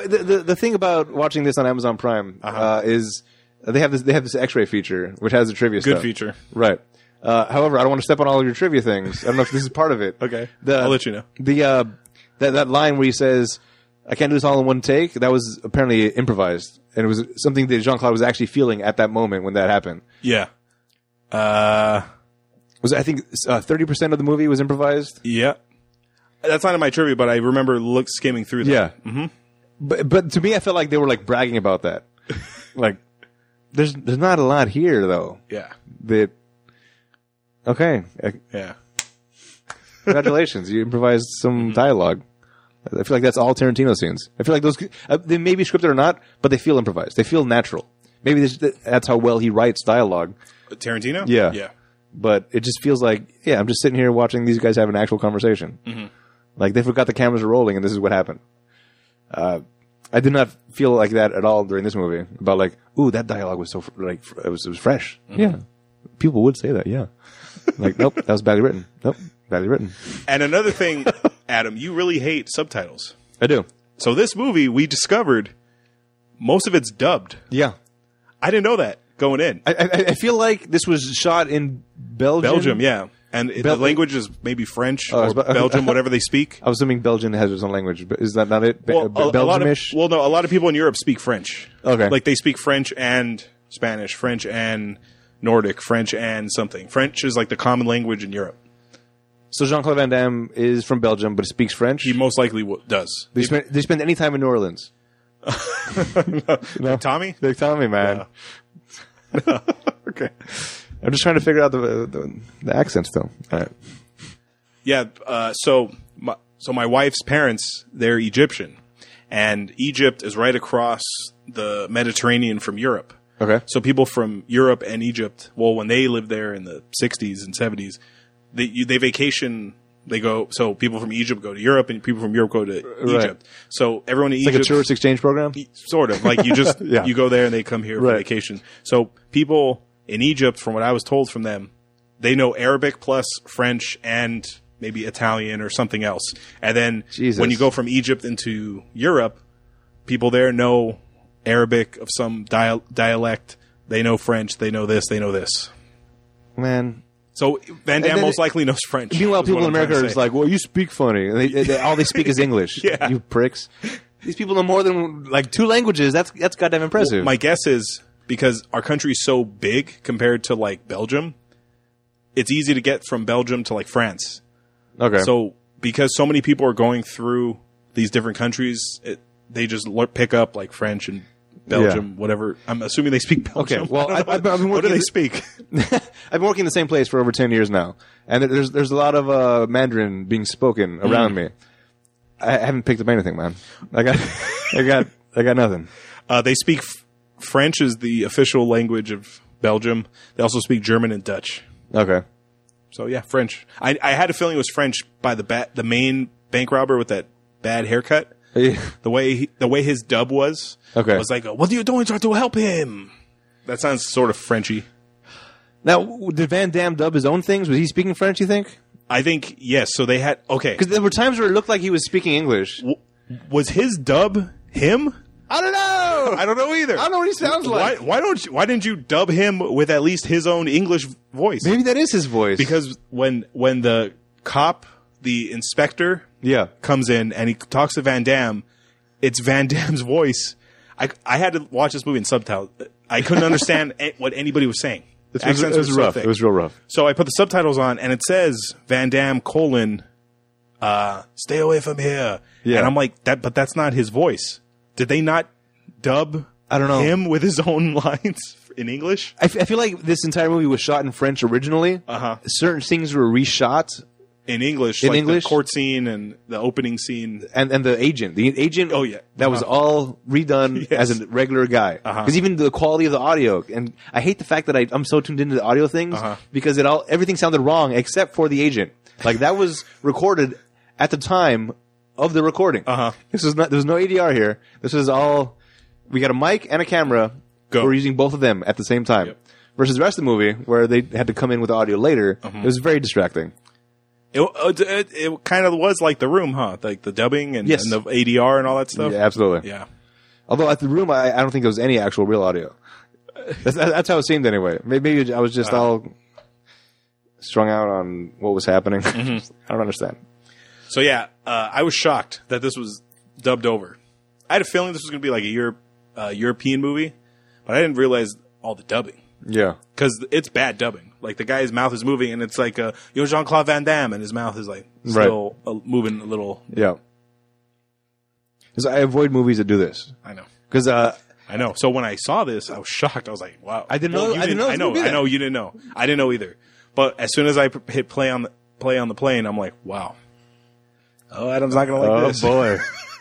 S2: the, the the thing about watching this on Amazon Prime uh is they have this they have this X-ray feature, which has the trivia.
S1: Good
S2: stuff.
S1: feature.
S2: right? Uh, however, I don't want to step on all of your trivia things. I don't know if this is part of it.
S1: Okay.
S2: The-
S1: I'll let you know.
S2: The uh, that that line where he says, "I can't do this all in one take," that was apparently improvised, and it was something that Jean Claude was actually feeling at that moment when that happened.
S1: Yeah. Uh,
S2: Was I think uh, thirty percent of the movie was improvised?
S1: yeah. That's not in my trivia, but I remember look skimming through that.
S2: Yeah. Mm-hmm. But but to me, I felt like they were like bragging about that. like, there's there's not a lot here though.
S1: Yeah.
S2: That okay. uh,
S1: Yeah.
S2: Congratulations, you improvised some dialogue. I feel like that's all Tarantino scenes. I feel like those uh, they may be scripted or not, but they feel improvised. They feel natural. Maybe this, that's how well he writes dialogue.
S1: Tarantino?
S2: Yeah.
S1: Yeah.
S2: but it just feels like yeah i'm just sitting here watching these guys have an actual conversation like they forgot the cameras were rolling and this is what happened uh, i did not feel like that at all during this movie about like ooh that dialogue was so fr- like fr- it was, it was fresh yeah people would say that yeah like nope that was badly written nope badly written
S1: And another thing, Adam, you really hate subtitles.
S2: i do
S1: So this movie we discovered most of it's dubbed.
S2: yeah
S1: I didn't know that going in.
S2: i, I, I feel like this was shot in belgium
S1: Belgium, yeah. And it-
S2: Bel-
S1: the language is maybe French
S2: I
S1: or
S2: was about-
S1: Belgium, whatever they speak.
S2: i was assuming belgium has its own language but is that not it Be-
S1: Well,
S2: Be-
S1: a, a lot of,
S2: belgiumish
S1: well, no, a lot of people in Europe speak French.
S2: Okay.
S1: Like they speak French and Spanish, French and Nordic, French and something. French is like the common language in Europe.
S2: so jean-claude van damme is from belgium but speaks french
S1: He most likely w- does.
S2: They spend they spend any time in New Orleans. no.
S1: Tommy?
S2: They tell me, man.
S1: Okay.
S2: I'm just trying to figure out the the, the accents, though. All right.
S1: Yeah. Uh, so, my, so my wife's parents, they're Egyptian, and Egypt is right across the Mediterranean from Europe.
S2: Okay.
S1: So people from Europe and Egypt, well, when they lived there in the 60s and 70s, they you, they vacation. They go. So people from Egypt go to Europe, and people from Europe go to Egypt. So everyone in
S2: Like a
S1: Egypt, E-
S2: tourist exchange program.
S1: sort of like you just
S2: Yeah.
S1: you go there and they come here for
S2: Right.
S1: vacation. So people in Egypt, from what I was told from them, they know Arabic plus French and maybe Italian or something else. And then
S2: Jesus.
S1: when you go from Egypt into Europe, people there know Arabic of some dial- dialect. They know French. They know this. They know this.
S2: Man.
S1: So Van Damme
S2: then-
S1: most likely knows French.
S2: Meanwhile,
S1: is what
S2: people in
S1: I'm trying
S2: America
S1: to
S2: are
S1: say.
S2: just like, "Well, you speak funny," and they, they, all they speak is English.
S1: Yeah.
S2: You pricks. These people know more than like two languages. That's that's goddamn impressive.
S1: My guess is because our country's so big compared to like Belgium, it's easy to get from Belgium to like France.
S2: okay.
S1: So because so many people are going through these different countries, it, they just le- pick up like French and Belgium, whatever. I'm assuming they speak Belgium.
S2: well,
S1: I don't
S2: I- I've been- I've been
S1: what do
S2: working
S1: they
S2: th-
S1: speak?
S2: I've been working in the same place for over ten years now, and there- there's there's a lot of uh, Mandarin being spoken around me. I haven't picked up anything, man. I got I got I got nothing.
S1: Uh, they speak f- French is the official language of Belgium. They also speak German and Dutch.
S2: Okay.
S1: So yeah, French. I, I had a feeling it was French by the bat, the main bank robber with that bad haircut.
S2: Yeah.
S1: The way he, the way his dub was,
S2: Okay.
S1: was like, "What are you doing? Try to help him." That sounds sort of Frenchy.
S2: Now, w- did Van Damme dub his own things? Was he speaking French? You think?
S1: I think yes. So they had okay.
S2: Because there were times where it looked like he was speaking English.
S1: W- was his dub him?
S2: I don't know.
S1: I don't know either.
S2: I don't know what he sounds like.
S1: Why, why don't you, why didn't you dub him with at least his own English voice?
S2: Maybe that is his voice.
S1: Because when when the cop, the inspector,
S2: yeah,
S1: comes in and he talks to Van Damme, it's Van Damme's voice. I, I had to watch this movie in subtitles. I couldn't understand a- what anybody was saying.
S2: it was,
S1: Accents
S2: it was
S1: were so
S2: rough.
S1: thick.
S2: It was real rough.
S1: So I put the subtitles on, and it says Van Damme colon, uh, stay away from here.
S2: Yeah.
S1: And I'm like that, but that's not his voice. Did they not dub?
S2: I don't know.
S1: him with his own lines in English.
S2: I, f- I feel like this entire movie was shot in French originally.
S1: Uh-huh.
S2: Certain things were reshot,
S1: In English,
S2: In
S1: like
S2: English?
S1: the court scene and the opening scene.
S2: and and the agent, the agent.
S1: Oh, yeah.
S2: that was all redone
S1: Yes. Uh-huh.
S2: as a regular guy. Because even the quality of the audio, and I hate the fact that I, I'm so tuned into the audio things
S1: Uh-huh.
S2: because it all everything sounded wrong except for the agent. Like that was recorded at the time of the recording. Uh-huh. This is not. There's no ADR here. This is all. We got a mic and a camera.
S1: Go.
S2: We're using both of them at the same time.
S1: Yep.
S2: Versus the rest of the movie where they had to come in with audio later.
S1: Mm-hmm.
S2: It was very distracting.
S1: It it, it, it kind of was like the room, huh? Like the dubbing and,
S2: Yes.
S1: and the ADR and all that stuff.
S2: Yeah, absolutely.
S1: Yeah.
S2: Although at the room, I, I don't think there was any actual real audio. That's, that's how it seemed anyway. Maybe, maybe I was just all strung out on what was happening. I don't understand.
S1: So yeah, uh, I was shocked that this was dubbed over. I had a feeling this was going to be like a Euro- uh, European movie, but I didn't realize all the dubbing
S2: Yeah.
S1: because it's bad dubbing. Like the guy's mouth is moving, and it's like uh, you know Jean Claude Van Damme, and his mouth is like still uh, moving a little.
S2: Yeah. Because I avoid movies that do this.
S1: I know.
S2: Because uh,
S1: I know. So when I saw this, I was shocked. I was like, "Wow!"
S2: I didn't know-
S1: you
S2: I didn't know
S1: I
S2: this
S1: know.
S2: movie
S1: I know you didn't know. I didn't know either. But as soon as I p- hit play on the play on the plane, I'm like, "Wow." Oh, Adam's not gonna like
S2: Oh
S1: this.
S2: boy,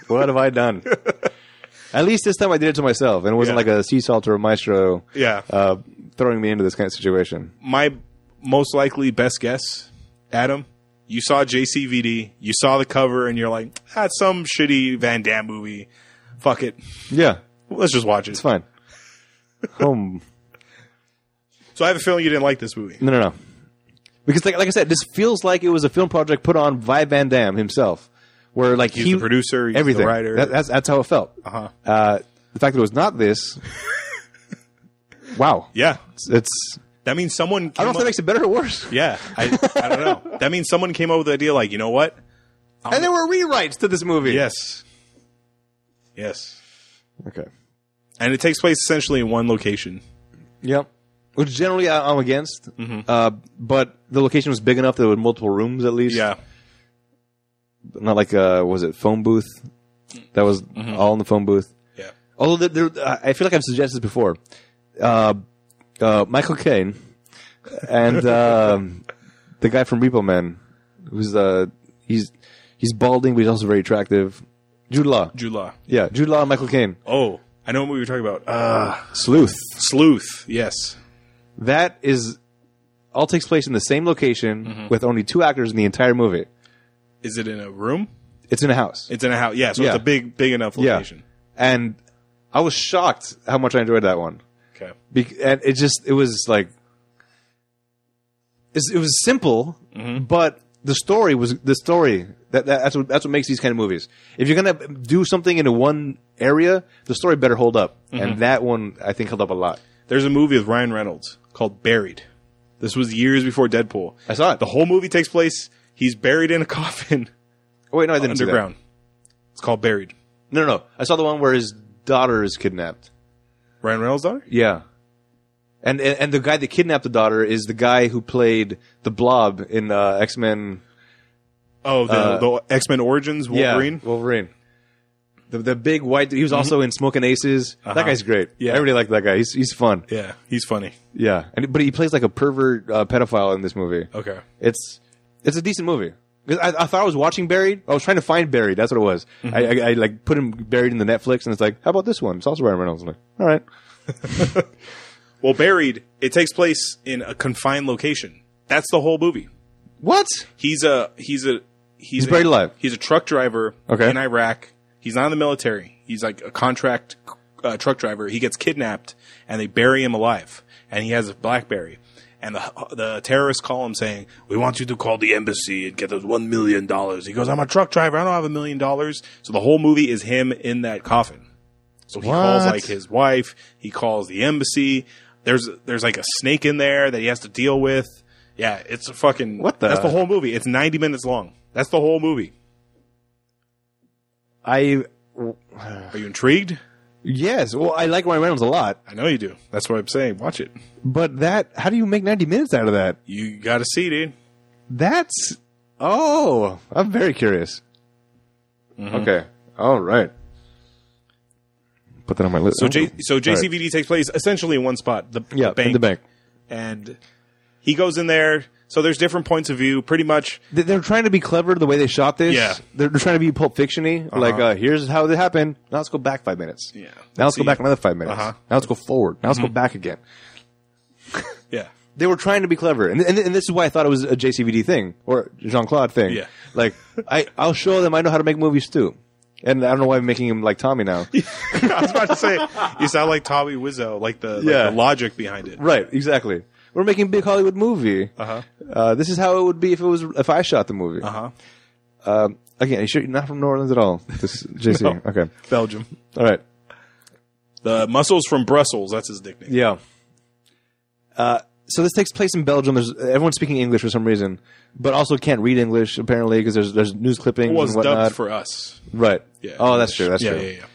S2: what have I done? At least this time I did it to myself, and it wasn't
S1: Yeah.
S2: like a sea salt or a maestro
S1: Yeah.
S2: uh, throwing me into this kind of situation.
S1: my most likely best guess, Adam, you saw JCVD, you saw the cover, and you're like, that's some shitty Van Damme movie. Fuck it.
S2: Yeah,
S1: Let's just watch it.
S2: it's fine. Home.
S1: So I have a feeling you didn't like this movie.
S2: No, no, no. Because like, like I said, this feels like it was a film project put on by Van Damme himself, where like
S1: He's
S2: he
S1: the producer, he's
S2: everything.
S1: the writer.
S2: That- that's that's how it felt.
S1: Uh-huh.
S2: Uh, the fact that it was not this. wow.
S1: yeah.
S2: It's, it's-
S1: That means someone. Came
S2: I don't know if
S1: up-
S2: that makes it better or worse.
S1: Yeah. I, I don't know. That means someone came up with the idea like, you know what?
S2: And there were rewrites to this movie.
S1: Yes. Yes.
S2: Okay.
S1: And it takes place essentially in one location.
S2: Yep. Which generally I, I'm against.
S1: Mm-hmm.
S2: Uh, but the location was big enough that there were multiple rooms at least.
S1: Yeah.
S2: Not like uh, was it phone booth? That was
S1: Mm-hmm.
S2: all in the phone booth.
S1: Yeah.
S2: Although there, there, I I feel like I've suggested this before. Uh, uh, Michael Caine and um, the guy from Repo Man, who's uh, he's he's balding, but he's also very attractive. Jude Law.
S1: Jude Law.
S2: Yeah, Jude Law and Michael Caine.
S1: Oh, I know what movie you're talking about. Uh,
S2: Sleuth.
S1: Sleuth. Yes.
S2: That is all takes place in the same location with only two actors in the entire movie.
S1: Is it in a room?
S2: It's in a house.
S1: It's in a house. Yeah, so
S2: Yeah.
S1: it's a big, big enough location.
S2: And I was shocked how much I enjoyed that one.
S1: Okay.
S2: Bec and it just it was like it's, it was simple,
S1: Mm-hmm.
S2: but the story was the story that, that that's what that's what makes these kind of movies. If you're gonna do something in one area, the story better hold up,
S1: Mm-hmm.
S2: and that one I think held up a lot.
S1: There's a movie with Ryan Reynolds called Buried. This was years before Deadpool.
S2: I saw it.
S1: The whole movie takes place. He's buried in a coffin
S2: Oh, wait, no, I didn't see that.
S1: underground. It's called Buried.
S2: No, no, no, I saw the one where his daughter is kidnapped.
S1: Ryan Reynolds' daughter.
S2: Yeah. And, and and the guy that kidnapped the daughter is the guy who played the Blob in uh, X Men.
S1: Oh, the, the X Men Origins Wolverine.
S2: Wolverine. The the big white. dude, He was also in Smoking Aces. That guy's great.
S1: Yeah.
S2: Yeah, I really like that guy. He's he's fun.
S1: Yeah, he's funny.
S2: Yeah, and but he plays like a pervert uh, pedophile in this movie.
S1: Okay.
S2: It's it's a decent movie. 'Cause I, I thought I was watching Buried. I was trying to find Buried. That's what it was. I, I, I like put him Buried in the Netflix, and it's like, how about this one? It's also Ryan Reynolds. I'm like, all right.
S1: Well, Buried. It takes place in a confined location. That's the whole movie.
S2: What?
S1: He's a he's a he's,
S2: He's buried
S1: a-
S2: alive.
S1: He's a truck driver
S2: Okay.
S1: in Iraq. He's not in the military. He's like a contract uh, truck driver. He gets kidnapped and they bury him alive. And he has a BlackBerry. And the the terrorists call him saying, "We want you to call the embassy and get us one million dollars." He goes, "I'm a truck driver. I don't have a million dollars." So the whole movie is him in that coffin. So he calls
S2: What?
S1: like his wife. He calls the embassy. There's there's like a snake in there that he has to deal with. Yeah, it's a fucking
S2: What the-
S1: That's the whole movie. It's 90 minutes long. That's the whole movie.
S2: I
S1: Are you intrigued?
S2: yes. Well, I like Ryan Reynolds a lot.
S1: I know you do. That's what I'm saying. Watch it.
S2: But that, how do you make 90 minutes out of that?
S1: You got to see, dude.
S2: That's, oh, I'm very curious.
S1: Mm-hmm.
S2: Okay. All right. Put that on my list.
S1: So J-
S2: Oh.
S1: so
S2: All right.
S1: JCVD takes place essentially in one spot, the,
S2: Yeah,
S1: the bank,
S2: in the bank.
S1: and he goes in there. So there's different points of view. Pretty much,
S2: They- They're trying to be clever the way they shot this.
S1: Yeah. Uh-huh.
S2: They're they're trying to be Pulp Fictiony. Like, uh, here's how it happened. Now let's go back five minutes.
S1: Yeah.
S2: Now let's
S1: See.
S2: go back another five minutes.
S1: Uh-huh. Mm-hmm.
S2: Now let's go forward. Now let's go back again.
S1: yeah,
S2: they were trying to be clever, and, and and this is why I thought it was a JCVD thing or Jean Claude thing.
S1: Yeah.
S2: like I I'll show them I know how to make movies too, and I don't know why I'm making him like Tommy now.
S1: I was about to say you sound like Tommy Wiseau, like the, like
S2: Yeah.
S1: the logic behind it.
S2: right, exactly. We're making a big Hollywood movie.
S1: Uh-huh.
S2: Uh, This is how it would be if it was if I shot the movie.
S1: Uh huh.
S2: Um, again, you sure you're not from New Orleans at all? This JC. Okay,
S1: Belgium.
S2: all right.
S1: The muscles from Brussels. That's his nickname.
S2: Yeah. Uh, so this takes place in Belgium. There's everyone's speaking English for some reason, but also can't read English apparently because there's there's news clippings
S1: It was
S2: and whatnot.
S1: dubbed for us.
S2: right.
S1: Yeah.
S2: Oh, that's true. That's
S1: yeah,
S2: true.
S1: Yeah, yeah,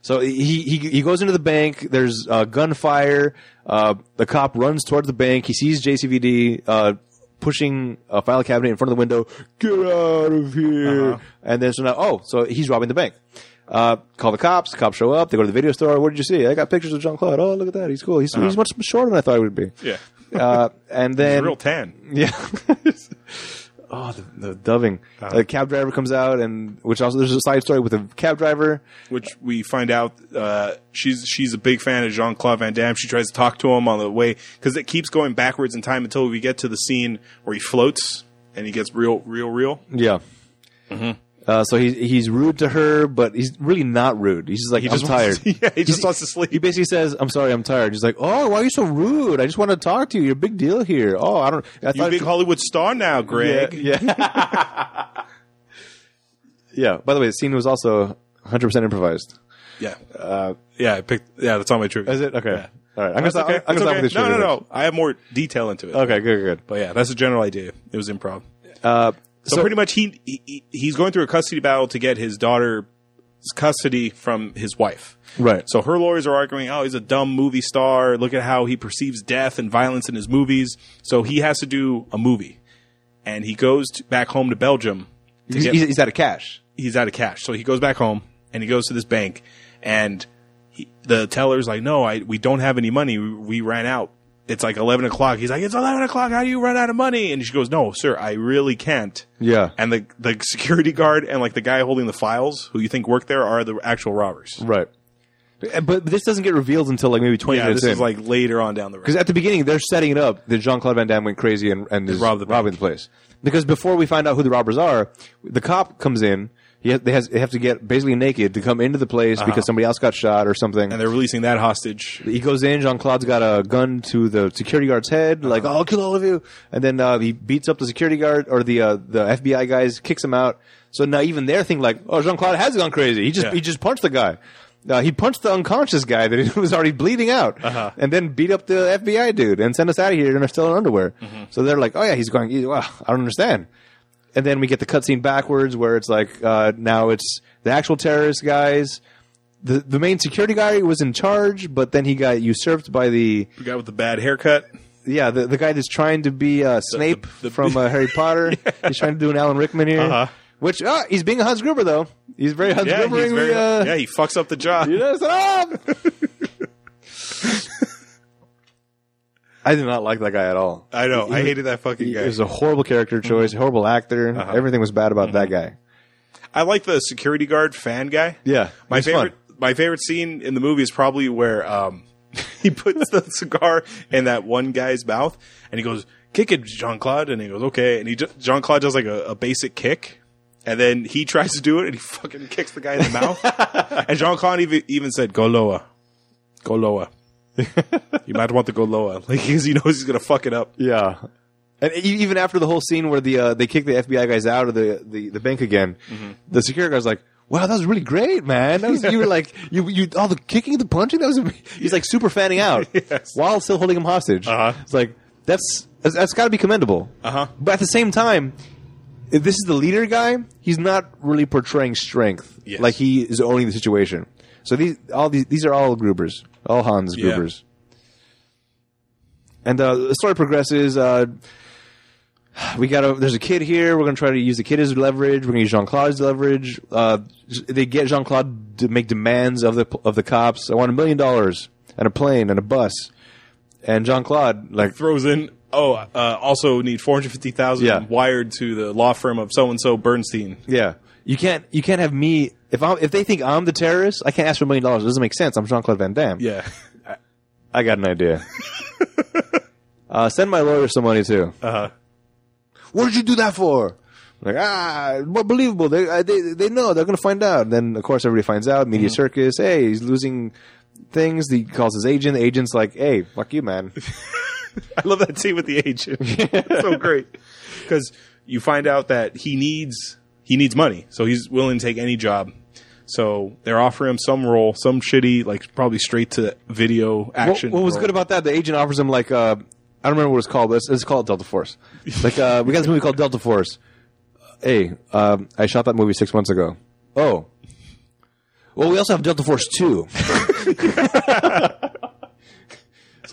S2: So he, he he goes into the bank. There's uh, gunfire. Uh, the cop runs towards the bank. He sees JCVD uh, pushing a file
S1: Uh-huh.
S2: cabinet in front of the window. Get out of here! And then so now, oh, so he's robbing the bank. Uh, call the cops. Cops show up. They go to the video store. What did you see? I got pictures of Jean Claude. Oh, look at that. He's cool. He's, he's much shorter than I thought he would be.
S1: Uh-huh. Yeah.
S2: Uh, and then
S1: Real tan.
S2: yeah. oh, the, the doving.
S1: Uh-huh.
S2: The cab driver comes out, and which also there's a side story with a cab driver.
S1: Which we find out uh, she's she's a big fan of Jean Claude Van Damme. She tries to talk to him on the way because it keeps going backwards in time until we get to the scene where he floats and he gets real, real, real.
S2: Yeah.
S1: Mm-hmm.
S2: Uh, so he's he's rude to her, but he's really not rude. He's just like I'm
S1: just
S2: tired.
S1: wants- yeah, he just
S2: He's-
S1: wants to sleep.
S2: He basically says, "I'm sorry, I'm tired." He's like, "Oh, why are you so rude? I just want to talk to you. You're a big deal here. Oh, I don't. I
S1: You
S2: thought
S1: big Hollywood star now, Greg.
S2: Yeah. Yeah. yeah. By the way, the scene was also 100 percent improvised.
S1: Yeah, yeah. I picked. Yeah, that's on my trivia.
S2: Uh, Is it okay? All right. I'm gonna
S1: That's
S2: stop.
S1: okay.
S2: I'm
S1: That's
S2: gonna stop
S1: okay.
S2: with this.
S1: no, no,
S2: trivia.
S1: no. I have more detail into it.
S2: Okay. Good. Good.
S1: But yeah, that's a general idea. It was improv.
S2: Uh,
S1: So, pretty much, he, he he's going through a custody battle to get his daughter's custody from his wife.
S2: Right.
S1: So her lawyers are arguing, "Oh, he's a dumb movie star. Look at how he perceives death and violence in his movies." So he has to do a movie, and he goes to, back home to Belgium. To
S2: he's,
S1: get,
S2: he's, he's out of cash.
S1: he's out of cash. So he goes back home and he goes to this bank and he, the teller's like, no, I, we don't have any money. We, we ran out. It's like 11 o'clock. He's like, it's 11 o'clock. How do you run out of money? And she goes, no, sir, I really can't.
S2: Yeah.
S1: And the, the security guard and like the guy holding the files who you think work there are the actual robbers.
S2: Right. But, but this doesn't get revealed until like maybe 20
S1: Yeah,
S2: minutes
S1: this is
S2: in.
S1: like later on down the road.
S2: Because at the beginning, they're setting it up that Jean Claude Van Damme went crazy and, and is
S1: robbed the bank.
S2: robbing the place. Because before we find out who the robbers are, the cop comes in. He has, they, has, they have to get basically naked to come into the place because somebody else got shot or something.
S1: Uh-huh. And they're releasing that hostage.
S2: he goes in. Jean Claude's got a gun to the security guard's head, like "I'll kill all of you." And then uh, he beats up the security guard or the uh, the FBI guys, kicks him out. So now even they're thinking like, "Oh, Jean Claude has gone crazy. He just
S1: Yeah.
S2: he just punched the guy. Uh, he punched the unconscious guy that was already bleeding out, and then beat up the FBI dude and sent us out of here. And they're still in underwear. So they're like, "Oh yeah, he's going. He, wow, I don't understand." and then we get the cutscene backwards where it's like uh, now it's the actual terrorist guys. The the main security guy was in charge, but then he got usurped by the
S1: The guy with the bad haircut.
S2: yeah the, the guy that's trying to be uh, Snape
S1: the-
S2: from uh, Harry Potter. He's trying to do an Alan Rickman here,
S1: Uh-huh.
S2: which uh, he's being a Hans Gruber though. He's very Hans
S1: Yeah,
S2: Grubering.
S1: he's very,
S2: the, uh,
S1: yeah, he fucks up the job.
S2: you know, stop. I did not like that guy at all.
S1: I know. I hated that fucking
S2: He
S1: guy.
S2: was a horrible character
S1: Mm-hmm.
S2: choice, horrible actor.
S1: Uh-huh.
S2: Everything was bad about that guy.
S1: I like the security guard fan guy.
S2: Yeah,
S1: my
S2: he's fun.
S1: favorite. My favorite scene in the movie is probably where um, he puts the cigar in that one guy's mouth, and he goes, "Kick it, Jean Claude," and he goes, "Okay," and he Jean Claude does like a, a basic kick. And then he tries to do it, and he fucking kicks the guy in the mouth. and Jean Claude even, even said, "Go lower, go lower." you might want to go lower, like because he knows he's gonna fuck it up.
S2: Yeah. And e- even after the whole scene where the uh, they kick the FBI guys out of the, the, the bank again,
S1: Mm-hmm.
S2: the security guy's like, "Wow, that was really great, man! That was, you were like, you you all the kicking, the punching. That was am- he's like super fanning out while still holding him hostage.
S1: Uh-huh.
S2: It's like that's that's, that's got to be commendable.
S1: Uh-huh.
S2: But at the same time, if this is the leader guy. He's not really portraying strength.
S1: Yes.
S2: Like he is owning the situation. So these all these these are all Grubers, all Hans
S1: Yeah.
S2: Grubers. And uh, the story progresses. Uh, we got a, there's a kid here. We're gonna try to use the kid as leverage. We're gonna use Jean Claude's leverage. Uh, they get Jean Claude to make demands of the of the cops. I want a million dollars and a plane and a bus. And Jean Claude like
S1: Throws in, "Oh, uh, also need four hundred fifty thousand
S2: Yeah.
S1: wired to the law firm of so and so Bernstein."
S2: yeah. You can't you can't have me if I if they think I'm the terrorist. I can't ask for a million dollars. It doesn't make sense. I'm Jean Claude Van Damme.
S1: Yeah.
S2: I got an idea. uh, send my lawyer some money too.
S1: Uh-huh.
S2: What did you do that for? Like ah, what believable? They uh, they they know they're gonna find out. then of course everybody finds out. Media circus. Hey, he's losing things. He calls his agent. The agent's like, hey, fuck you, man.
S1: I love that scene with the agent. It's so great because you find out that he needs he needs money, so he's willing to take any job. So they're offering him some role, some shitty, like probably straight to video
S2: what,
S1: action.
S2: what was
S1: role.
S2: good about that? The agent offers him like uh, I don't remember what it's called, but it's, it's called Delta Force. Like uh, we got this movie called Delta Force. Hey, um, I shot that movie six months ago. Oh, well, we also have Delta Force two. so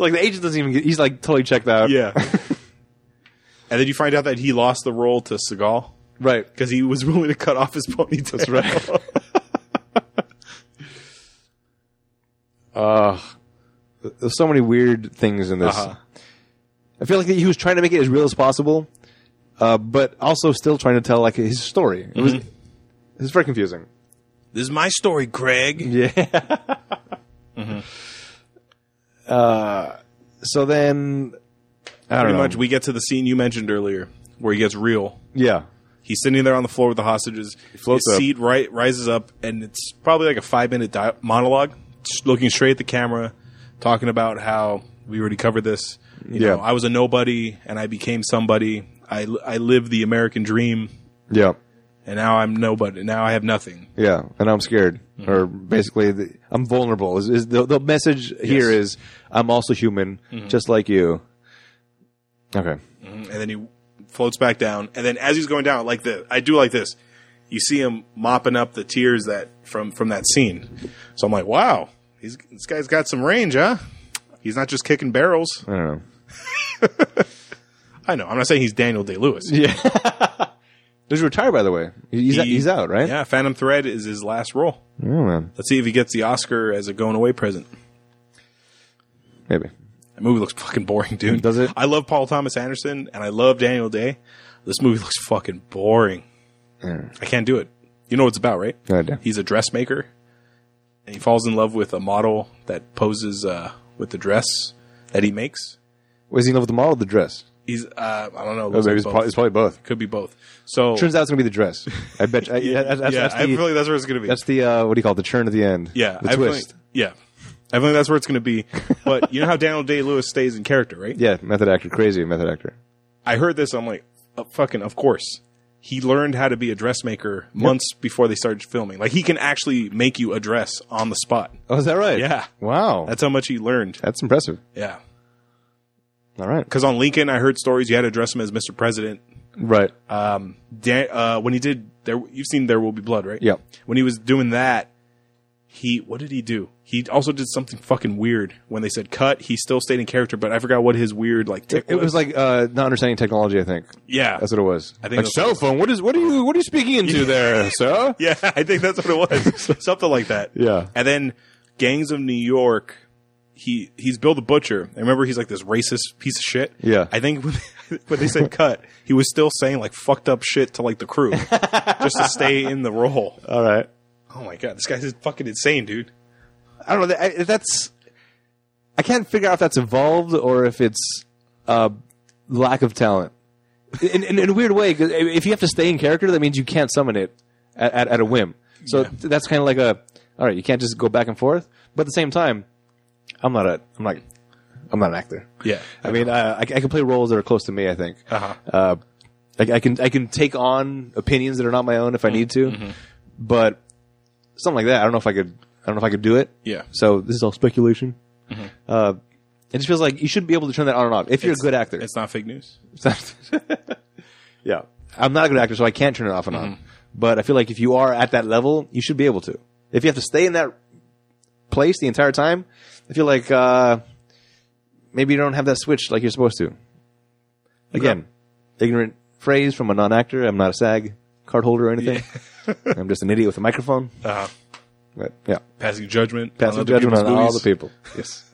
S2: like the agent doesn't even get, he's like totally checked out.
S1: yeah. and then you find out that he lost the role to Seagal
S2: right.
S1: because he was willing to cut off his ponytail. That's
S2: right. Ugh. Ah. There's so many weird things in this.
S1: Uh-huh.
S2: I feel like he was trying to make it as real as possible, uh, but also still trying to tell like his story. It was it was very confusing.
S1: This is my story, Craig.
S2: Yeah. Mm-hmm. uh, Uh, so then, I don't
S1: Pretty
S2: know.
S1: much, we get to the scene you mentioned earlier where he gets real.
S2: yeah.
S1: He's sitting there on the floor with the hostages.
S2: floats
S1: His
S2: up.
S1: seat right, rises up, and it's probably like a five minute di- monologue, just looking straight at the camera, talking about how we already covered this. You
S2: Yeah.
S1: know, I was a nobody, and I became somebody. I, li- I lived the American dream,
S2: Yeah.
S1: and now I'm nobody. Now I have nothing.
S2: Yeah, and I'm scared,
S1: Mm-hmm.
S2: or basically, the, I'm vulnerable. Is, is the, the message here is I'm also human,
S1: Mm-hmm.
S2: just like you. Okay.
S1: and then he floats back down. And then as he's going down, like the I do like this, you see him mopping up the tears that from from that scene. So I'm like, wow, he's, this guy's got some range, huh? He's not just kicking barrels.
S2: I don't know.
S1: I know. I'm not saying he's Daniel Day Lewis.
S2: Does he retire? By the way, He- he's he's out, right?
S1: Yeah, Phantom Thread is his last role.
S2: Oh man,
S1: Let's see if he gets the Oscar as a going away present.
S2: maybe.
S1: That movie looks fucking boring, dude.
S2: Does it?
S1: I love Paul Thomas Anderson and I love Daniel Day. This movie looks fucking boring. I can't do it. You know what it's about, right?
S2: No idea.
S1: He's a dressmaker, and he falls in love with a model that poses uh, with the dress that he makes.
S2: Was he in love with the model or the dress?
S1: He's uh, I don't know.
S2: Oh,
S1: looks
S2: maybe
S1: like
S2: it's
S1: both.
S2: probably, it's probably both.
S1: Could be both. So
S2: Turns out it's gonna be the dress. I bet. You, I, yeah, that's, that's,
S1: yeah,
S2: that's
S1: I
S2: the,
S1: feel like that's where it's gonna be.
S2: that's the uh, what do you call it? The churn at the end.
S1: yeah,
S2: the
S1: I feel like-
S2: twist.
S1: yeah, I feel like that's where it's gonna be. But you know how Daniel Day Lewis stays in character, right?
S2: yeah, method actor, crazy method actor.
S1: I heard this. I'm like, uh, fucking, of course. He learned how to be a dressmaker months before they started filming. Like he can actually make you a dress on the spot.
S2: Oh, is that right?
S1: Yeah.
S2: Wow, that's
S1: That's how much he learned.
S2: that's impressive.
S1: Yeah.
S2: All right.
S1: because on Lincoln, I heard stories you had to address him as Mr. President.
S2: Right.
S1: Um, Dan, uh, when he did there, you've seen There Will Be Blood, right?
S2: Yeah.
S1: When he was doing that, he what did he do? He also did something fucking weird. When they said cut, he still stayed in character, but I forgot what his weird like tick
S2: It was like uh, not understanding technology. I think
S1: yeah,
S2: that's what it was. I
S1: think
S2: like
S1: that's
S2: cell
S1: what
S2: phone. What is what are you what are you speaking into there, sir?
S1: yeah. I think that's what it was, something like that.
S2: Yeah.
S1: And then Gangs of New York. He he's Bill the Butcher. I remember he's like this racist piece of shit.
S2: Yeah.
S1: I think when, when they said cut, he was still saying like fucked up shit to like the crew just to stay in the role.
S2: All right.
S1: Oh my god, this guy's fucking insane, dude.
S2: I don't know. that- I, that's I can't figure out if that's evolved or if it's uh, lack of talent. In, in, in a weird way, 'cause if you have to stay in character, that means you can't summon it at, at, at a whim. So th- that's kind of like a all right. You can't just go back and forth. But at the same time, I'm not a I'm like I'm not an actor.
S1: Yeah.
S2: I mean, uh, I, I can play roles that are close to me. I think. Uh-huh. Uh, I, I can I can take on opinions that are not my own if I need to, but something like that. I don't know if I could. I don't know if I could do it.
S1: Yeah.
S2: So this is all speculation. Uh, it just feels like you should be able to turn that on and off if you're a good actor.
S1: It's not fake news.
S2: yeah. I'm not a good actor, so I can't turn it off and on.
S1: Mm-hmm.
S2: But I feel like if you are at that level, you should be able to. If you have to stay in that place the entire time, I feel like uh, maybe you don't have that switch like you're supposed to. Again, ignorant phrase from a non actor. I'm not a SAG card holder or anything. I'm just an idiot with a microphone.
S1: Uh,
S2: But yeah,
S1: passing judgment.
S2: passing
S1: other
S2: judgment on
S1: people's
S2: all
S1: movies.
S2: the people. Yes.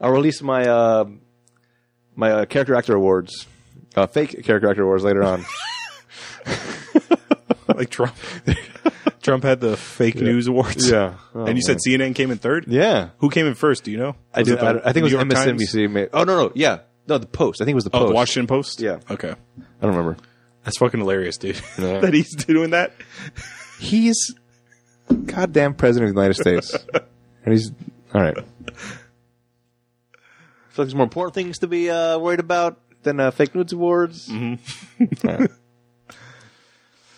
S2: I'll release my uh, my uh, character actor awards, uh, fake character actor awards later on.
S1: like Trump. Trump had the fake news awards.
S2: Yeah. Oh,
S1: and you said CNN came in third?
S2: Yeah,
S1: Who came in first? Do you know?
S2: I
S1: Was
S2: do.
S1: the
S2: I, I think it was
S1: New York Times?
S2: MSNBC. Made, oh no, no, yeah, no, the Post. I think it was the
S1: Oh,
S2: Post.
S1: the Washington Post?
S2: Yeah.
S1: Okay.
S2: I don't remember.
S1: That's fucking hilarious, dude.
S2: Yeah.
S1: that he's doing that.
S2: He's goddamn president of the United States, and he's all right. I feel like there's more important things to be uh, worried about than uh, fake news awards.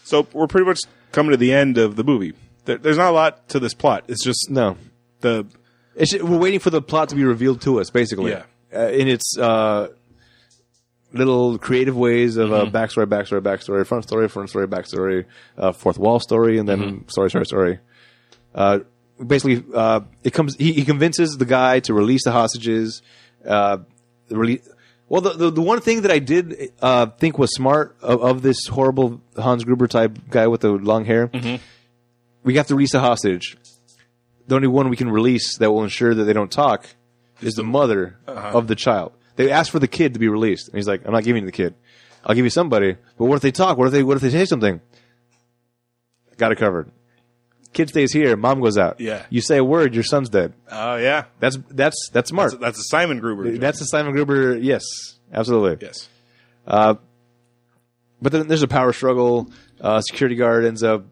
S1: So we're pretty much coming to the end of the movie. There, there's not a lot to this plot. It's just
S2: No,
S1: the
S2: it's we're waiting for the plot to be revealed to us, basically.
S1: Yeah.
S2: Uh, in its uh, little creative ways of uh, backstory, backstory, backstory, front story, front story, backstory, uh, fourth wall story, and then story, story, story. Uh, basically, uh, it comes. He, he convinces the guy to release the hostages. Uh, the rele- well, the, the the one thing that I did uh, think was smart of, of this horrible Hans Gruber type guy with the long hair. We have to release a hostage the only one we can release that will ensure that they don't talk is the mother
S1: Uh-huh.
S2: of the child. They asked for the kid to be released, and he's like, "I'm not giving you the kid. I'll give you somebody. But what if they talk? What if they what if they say something? Got it covered. Kid stays here. Mom goes out.
S1: Yeah.
S2: You say a word, your son's dead.
S1: Oh yeah,
S2: That's that's that's smart.
S1: that's, that's a Simon Gruber. joke.
S2: That's the Simon Gruber. Yes, absolutely.
S1: yes.
S2: But then there's a power struggle. Uh, security guard ends up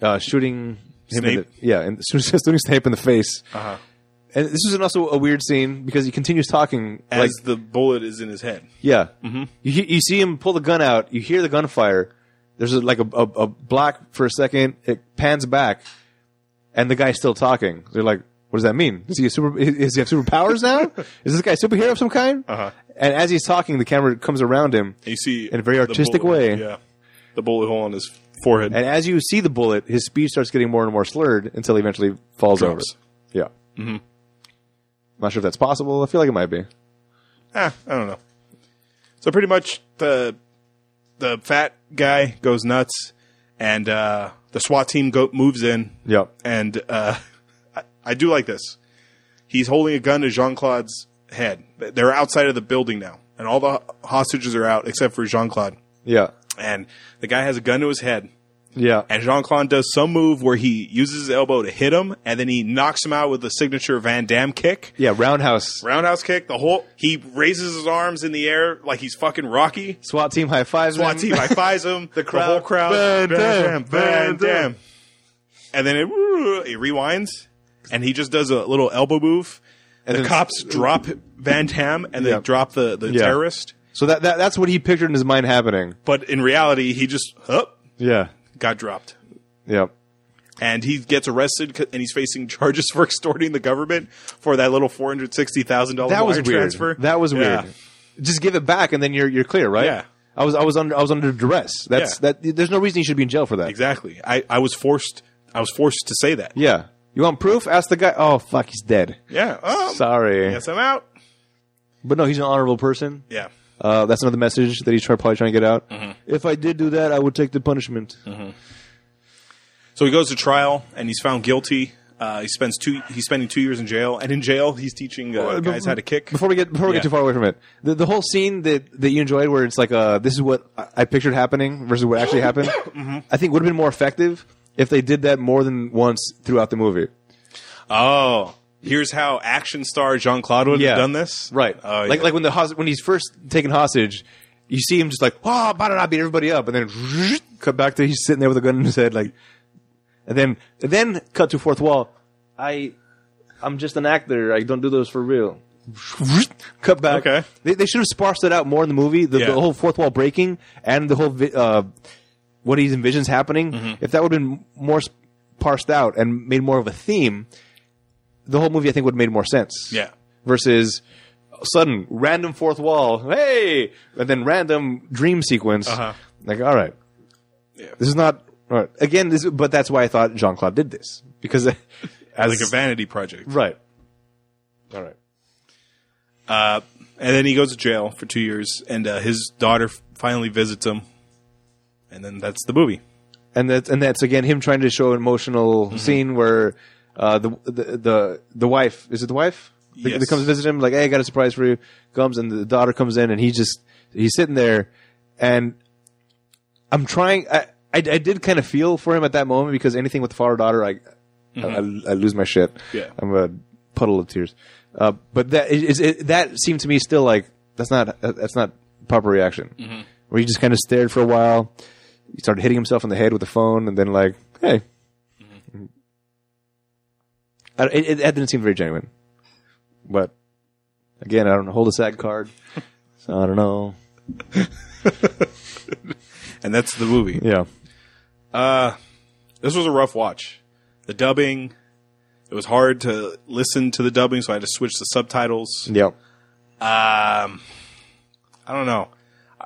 S2: uh, shooting him. In the,
S1: Snape?
S2: yeah, and shooting Snape in the face.
S1: Uh-huh.
S2: And this is also a weird scene because he continues talking.
S1: As
S2: like,
S1: the bullet is in his head.
S2: yeah, mm-hmm. you he- you see him pull the gun out. You hear the gunfire. There's a, like a, a, a black for a second. It pans back, and the guy's still talking. They're like, "What does that mean? Is he a super? Is does he have superpowers now? is this guy a superhero of some kind?"
S1: Uh-huh.
S2: And as he's talking, the camera comes around him.
S1: And you see
S2: In a very
S1: the
S2: artistic
S1: bullet-
S2: way.
S1: Yeah, the bullet hole on his forehead.
S2: And as you see the bullet, his speech starts getting more and more slurred until he eventually falls
S1: Drops.
S2: over. Yeah. Mm-hmm. Not sure if that's possible. I feel like it might be.
S1: ah, I don't know. So pretty much the the fat guy goes nuts, and uh, the SWAT team go- moves in.
S2: Yeah.
S1: and uh, I, I do like this. He's holding a gun to Jean Claude's head. They're outside of the building now, and all the hostages are out except for Jean Claude.
S2: Yeah.
S1: And the guy has a gun to his head,
S2: Yeah.
S1: and Jean Claude does some move where he uses his elbow to hit him, and then he knocks him out with a signature Van Damme kick.
S2: yeah. Roundhouse.
S1: Roundhouse kick. The whole he raises his arms in the air like he's fucking Rocky.
S2: SWAT team high fives.
S1: SWAT team high fives him. the,
S2: crowd,
S1: whole crowd.
S2: "Van Damme, Van Damme."
S1: And then it, it rewinds, and he just does a little elbow move. And the
S2: then-
S1: cops drop Van Damme, and they
S2: Yeah.
S1: drop the, the
S2: Yeah.
S1: terrorist.
S2: So that, that that's what he pictured in his mind happening.
S1: But in reality, he just up
S2: Yeah.
S1: got dropped.
S2: Yeah.
S1: And he gets arrested, c- and he's facing charges for extorting the government for that little four hundred sixty thousand dollars
S2: That was weird.
S1: transfer.
S2: That was
S1: Yeah.
S2: weird. Just give it back and then you're you're clear, right?
S1: Yeah.
S2: I was I was under I was under duress. That's
S1: Yeah.
S2: that. There's no reason you should be in jail for that.
S1: Exactly. I, I was forced. I was forced to say that.
S2: Yeah. You want proof? Ask the guy. Oh fuck, he's dead.
S1: Yeah. Um,
S2: Sorry.
S1: Yes, I'm out.
S2: But no, he's an honorable person.
S1: Yeah.
S2: Uh, that's another message that he's try, probably trying to get out.
S1: Mm-hmm.
S2: If I did do that, I would take the punishment.
S1: So he goes to trial and he's found guilty. Uh, he spends two. He's spending two years in jail, and in jail he's teaching uh, guys how to kick.
S2: Before we get before we
S1: Yeah.
S2: get too far away from it, the, the whole scene that, that you enjoyed, where it's like, uh, this is what I I pictured happening versus what actually happened,
S1: Mm-hmm.
S2: I think would have been more effective if they did that more than once throughout the movie.
S1: Oh, here's how action star Jean Claude would have done this.
S2: right?
S1: Oh,
S2: like
S1: yeah.
S2: like when the hos- when he's first taken hostage, you see him just like, oh, bada da, beat everybody up, and then cut back to he's sitting there with a gun in his head, like, and then and then cut to fourth wall. I I'm just an actor. I don't do those for real. Cut back.
S1: Okay.
S2: They, they should have sparsed it out more in the movie. The,
S1: Yeah.
S2: the whole fourth wall breaking and the whole vi- uh, what he envisions happening.
S1: Mm-hmm.
S2: If that would have been more s- parsed out and made more of a theme, the whole movie I think would have made more sense.
S1: Yeah.
S2: Versus sudden random fourth wall, hey, and then random dream sequence.
S1: Uh-huh.
S2: Like, all right,
S1: Yeah.
S2: this is not all right. again. This, but that's why I thought Jean Claude did this because as
S1: like a vanity project.
S2: right, all right,
S1: And then he goes to jail for two years, and uh, his daughter f- finally visits him, and then that's the movie.
S2: and that's and that's again him trying to show an emotional
S1: Mm-hmm.
S2: scene where uh, the, the the the wife is it the wife that
S1: Yes.
S2: that comes visit him like hey I got a surprise for you comes and the daughter comes in and he just he's sitting there and I'm trying I I, I did kind of feel for him at that moment because anything with father daughter I, I I lose my shit
S1: Yeah.
S2: I'm a puddle of tears uh, but that is it, that seemed to me still like that's not uh, that's not proper reaction where he just kind of stared for a while he started hitting himself in the head with the phone, and then like, hey, I, it, it, that didn't seem very genuine. But again, I don't hold a SAG card, so I don't know.
S1: And that's the movie.
S2: Yeah,
S1: This was a rough watch. The dubbing. It was hard to listen to the dubbing, so I had to switch to subtitles.
S2: yeah,
S1: I don't know. I-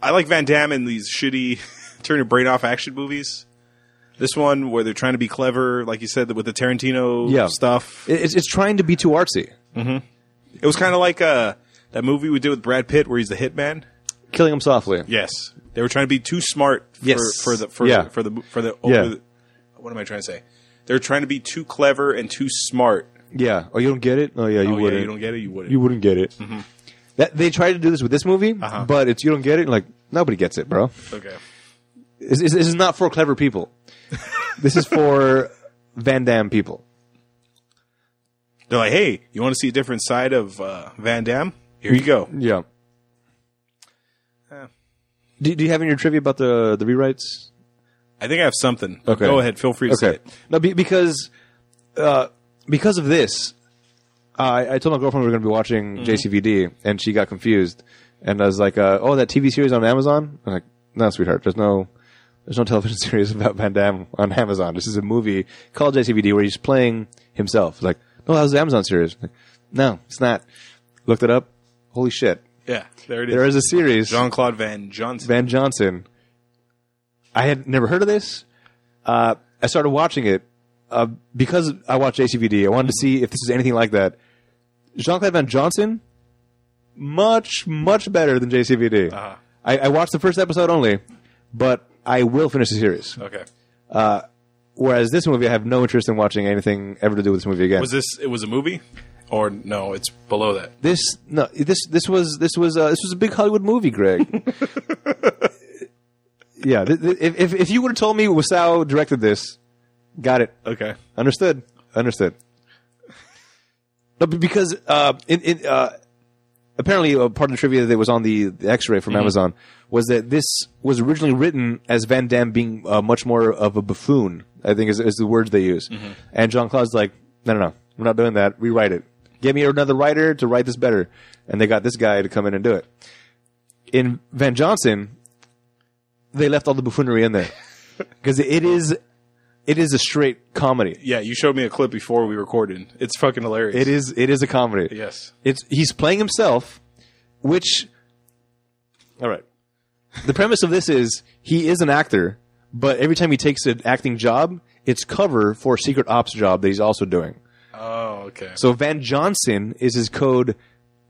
S1: I like Van Damme in these shitty turn your brain off action movies. This one where they're trying to be clever, like you said, with the Tarantino
S2: Yeah.
S1: stuff. It,
S2: It- it's it's trying to be too artsy.
S1: was kind of like uh, that movie we did with Brad Pitt where he's the hitman.
S2: Killing him softly.
S1: Yes, they were trying to be too smart for,
S2: Yes.
S1: for the for
S2: Yeah.
S1: the, for the for the
S2: Yeah.
S1: over, what am I trying to say? They're trying to be too clever and too smart.
S2: Yeah. Oh, you don't get it? Oh, yeah, you
S1: Oh,
S2: wouldn't.
S1: yeah, you don't Mm-hmm. get it. You wouldn't.
S2: You wouldn't get it. That they tried to do this with this movie,
S1: Uh-huh.
S2: but it's you don't get it. Like nobody gets it, bro.
S1: okay.
S2: This, this, this is not for clever people. this is for Van Damme people.
S1: They're like, hey, you want to see a different side of uh, Van Damme? Here you go.
S2: Yeah.
S1: Yeah.
S2: Do, do you have in your trivia about the the rewrites?
S1: I think I have something.
S2: Okay.
S1: Go ahead. Feel free to say
S2: Okay.
S1: it.
S2: No, be, because uh, because of this, I, I told my girlfriend we were going to be watching JCVD, and she got confused, and I was like, uh, "Oh, that TV series on Amazon." I'm like, "No, sweetheart, there's no." There's no television series about Van Damme on Amazon. This is a movie called JCVD where he's playing himself. Like, no, that was the Amazon series. Like, no, it's not. Looked it up. Holy shit.
S1: Yeah. There it is.
S2: There is a series.
S1: Jean Claude Van Johnson.
S2: Van Johnson. I had never heard of this. Uh, I started watching it uh, because I watched JCVD. I wanted to see if this is anything like that. Jean Claude Van Johnson, much much better than JCVD.
S1: Uh-huh.
S2: I, I watched the first episode only, but I will finish the series.
S1: okay.
S2: Whereas this movie, I have no interest in watching anything ever to do with this movie again.
S1: Was this? It was a movie, or no? It's below that.
S2: this no this this was this was uh, this was a big Hollywood movie, Greg. yeah, th- th- if if, if you would have told me Wasau directed this, got it,
S1: Okay.
S2: understood, understood. No, be- because uh, in, in, uh, apparently uh, part of the trivia that was on the, the X-ray from Amazon was that this was originally written as Van Damme being uh, much more of a buffoon. I think is, is the words they use. And John Claude's like, no, no, no, we're not doing that. Rewrite it. Get me another writer to write this better. And they got this guy to come in and do it. In Van Johnson, they left all the buffoonery in there because it is it is a straight comedy.
S1: Yeah, you showed me a clip before we recorded. It's fucking hilarious.
S2: It is it is a comedy.
S1: Yes.
S2: It's he's playing himself, which all right. The premise of this is he is an actor, but every time he takes an acting job, it's cover for a secret ops job that he's also doing.
S1: Oh, okay.
S2: So Van Johnson is his code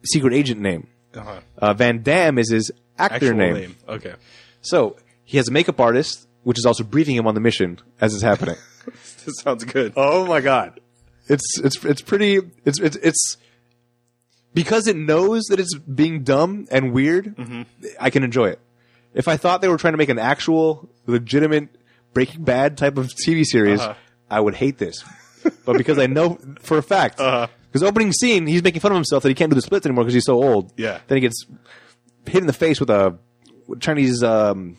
S2: secret agent name.
S1: uh
S2: Uh, Van Dam is his actor
S1: Actual name.
S2: name.
S1: Okay.
S2: So he has a makeup artist, which is also briefing him on the mission as it's happening.
S1: This sounds good.
S2: Oh my god. It's it's it's pretty it's it's it's because it knows that it's being dumb and weird,
S1: Mm-hmm.
S2: I can enjoy it. If I thought they were trying to make an actual legitimate Breaking Bad type of TV series,
S1: Uh-huh.
S2: I would hate this. but because I know for a fact
S1: Uh-huh.
S2: because opening scene he's making fun of himself that he can't do the splits anymore because he's so old.
S1: Yeah.
S2: Then he gets hit in the face with a Chinese um,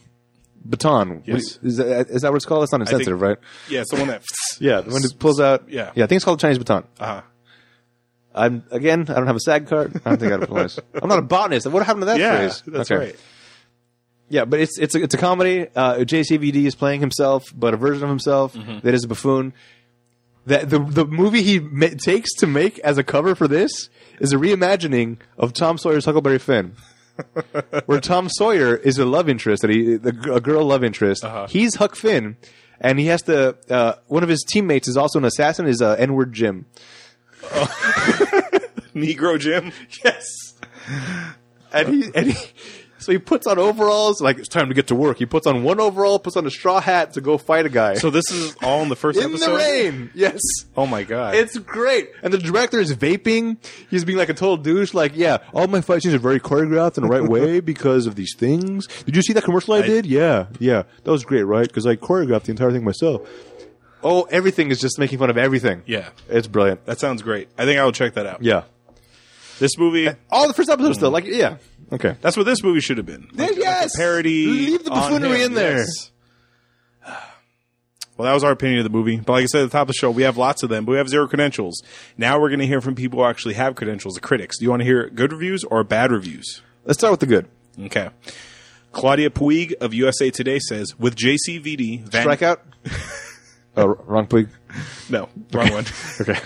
S2: baton.
S1: Yes.
S2: Is, that, is that what it's called? That's not insensitive, right?
S1: Yeah, it's the one that.
S2: Yeah, the one that pulls out.
S1: Yeah.
S2: yeah. I think it's called Chinese baton.
S1: Uh-huh.
S2: I'm again. I don't have a SAG card. I don't think I have a police. I'm not a botanist. What happened to that
S1: Yeah,
S2: phrase?
S1: that's
S2: Okay.
S1: right.
S2: Yeah, but it's it's a, it's a comedy. Uh, JCVD is playing himself, but a version of himself that is a buffoon. That the the movie he ma- takes to make as a cover for this is a reimagining of Tom Sawyer's Huckleberry Finn, where Tom Sawyer is a love interest that he the, g- a girl love interest. He's Huck Finn, and he has to. Uh, one of his teammates is also an assassin. Is uh, N word Jim.
S1: Negro Jim.
S2: Yes. And he and he so he puts on overalls like it's time to get to work. He puts on one overall, puts on a straw hat to go fight a guy.
S1: So this is all in the first
S2: in
S1: episode.
S2: the rain. Yes.
S1: Oh my god.
S2: It's great. And the director is vaping. He's being like a total douche like, yeah, all my fight scenes are very choreographed in the right way because of these things. Did you see that commercial I, did? Yeah. Yeah. That was great, right? Cuz I choreographed the entire thing myself. Oh, everything is just making fun of everything.
S1: yeah.
S2: It's brilliant.
S1: That sounds great. I think I will check that out.
S2: Yeah.
S1: This movie.
S2: All the first episodes though, like yeah. Okay.
S1: That's what this movie should have been. Like- like a
S2: yes!
S1: parody.
S2: Leave the
S1: on
S2: buffoonery
S1: him.
S2: in there.
S1: Yes. Well, that was our opinion of the movie. But like I said at the top of the show, we have lots of them, but we have zero credentials. Now we're going to hear from people who actually have credentials, the critics. Do you want to hear good reviews or bad reviews?
S2: Let's start with the good.
S1: Okay. Claudia Puig of USA Today says, with JCVD, Van-
S2: Strikeout? oh, wrong pig.
S1: No, wrong one.
S2: Okay.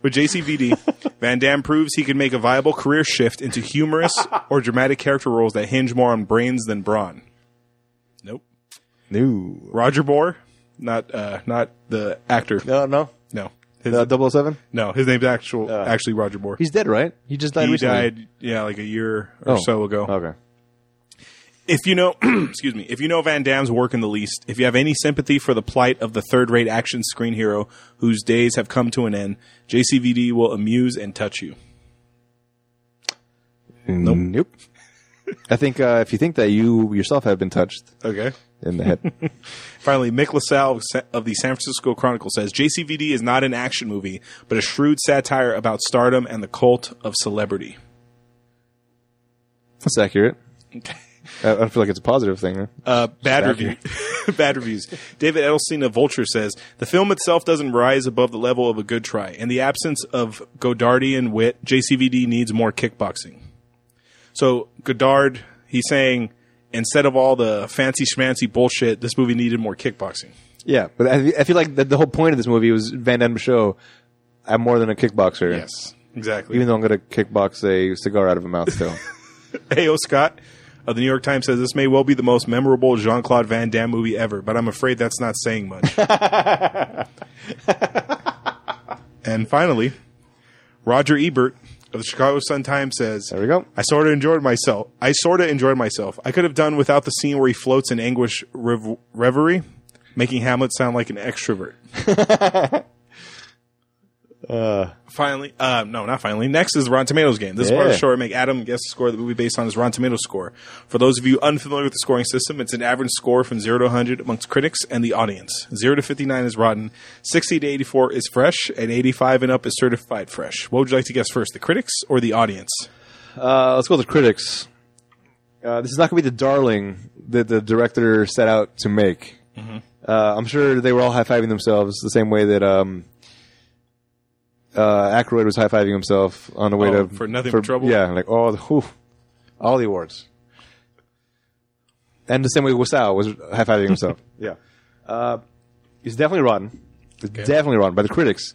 S1: With JCVD, Van Damme proves he can make a viable career shift into humorous or dramatic character roles that hinge more on brains than brawn. Nope.
S2: No.
S1: Roger Moore, not uh, not the actor.
S2: No, no.
S1: No, his,
S2: Uh, 007?
S1: no, his name's actual actually Roger Moore.
S2: He's dead, right? He just died Oh.
S1: He
S2: recently.
S1: died, yeah, like a year or so ago.
S2: Okay.
S1: if you know, excuse me, if you know Van Damme's work in the least, if you have any sympathy for the plight of the third-rate action screen hero whose days have come to an end, JCVD will amuse and touch you.
S2: Nope. Mm. I think uh, if you think that you yourself have been touched
S1: Okay.
S2: in the head,
S1: Finally, Mick LaSalle of Sa- of the San Francisco Chronicle says JCVD is not an action movie, but a shrewd satire about stardom and the cult of celebrity.
S2: that's accurate. I, I feel like it's a positive thing. Right?
S1: Uh, bad
S2: Back
S1: review. bad reviews. David Edelstein of Vulture says the film itself doesn't rise above the level of a good try. In the absence of Godardian wit, JCVD needs more kickboxing. So Godard, he's saying instead of all the fancy schmancy bullshit, this movie needed more kickboxing.
S2: Yeah, but I, I feel like the, the whole point of this movie was Van Damme's show. I'm more than a kickboxer.
S1: exactly.
S2: Even though I'm going to kickbox a cigar out of a mouth still.
S1: A.O. Scott of uh, the New York Times says this may well be the most memorable Jean Claude Van Damme movie ever, but I'm afraid that's not saying much. and finally, Roger Ebert of the Chicago Sun Times says
S2: there we go.
S1: I sort of enjoyed myself. I sort of enjoyed myself. I could have done without the scene where he floats in anguish rev- reverie, making Hamlet sound like an extrovert. finally, uh, no, not finally. Next is the Rotten Tomatoes game. This is part of
S2: Yeah.
S1: the show where I make Adam guess the score of the movie based on his Rotten Tomatoes score. For those of you unfamiliar with the scoring system, it's an average score from 0 to 100 amongst critics and the audience. 0 to 59 is rotten, 60 to 84 is fresh, and 85 and up is certified fresh. What would you like to guess first, the critics or the audience?
S2: Uh, let's go with the critics. Uh, this is not going to be the darling that the director set out to make.
S1: Mm-hmm.
S2: Uh, I'm sure they were all high fiving themselves the same way that um, uh, Aykroyd was high fiving himself on the way
S1: Oh,
S2: to
S1: for Nothing But Trouble?
S2: Yeah, like oh, whew, all the awards. And the same way Wasau was high fiving himself. yeah, uh, it's definitely rotten. It's definitely rotten by the critics.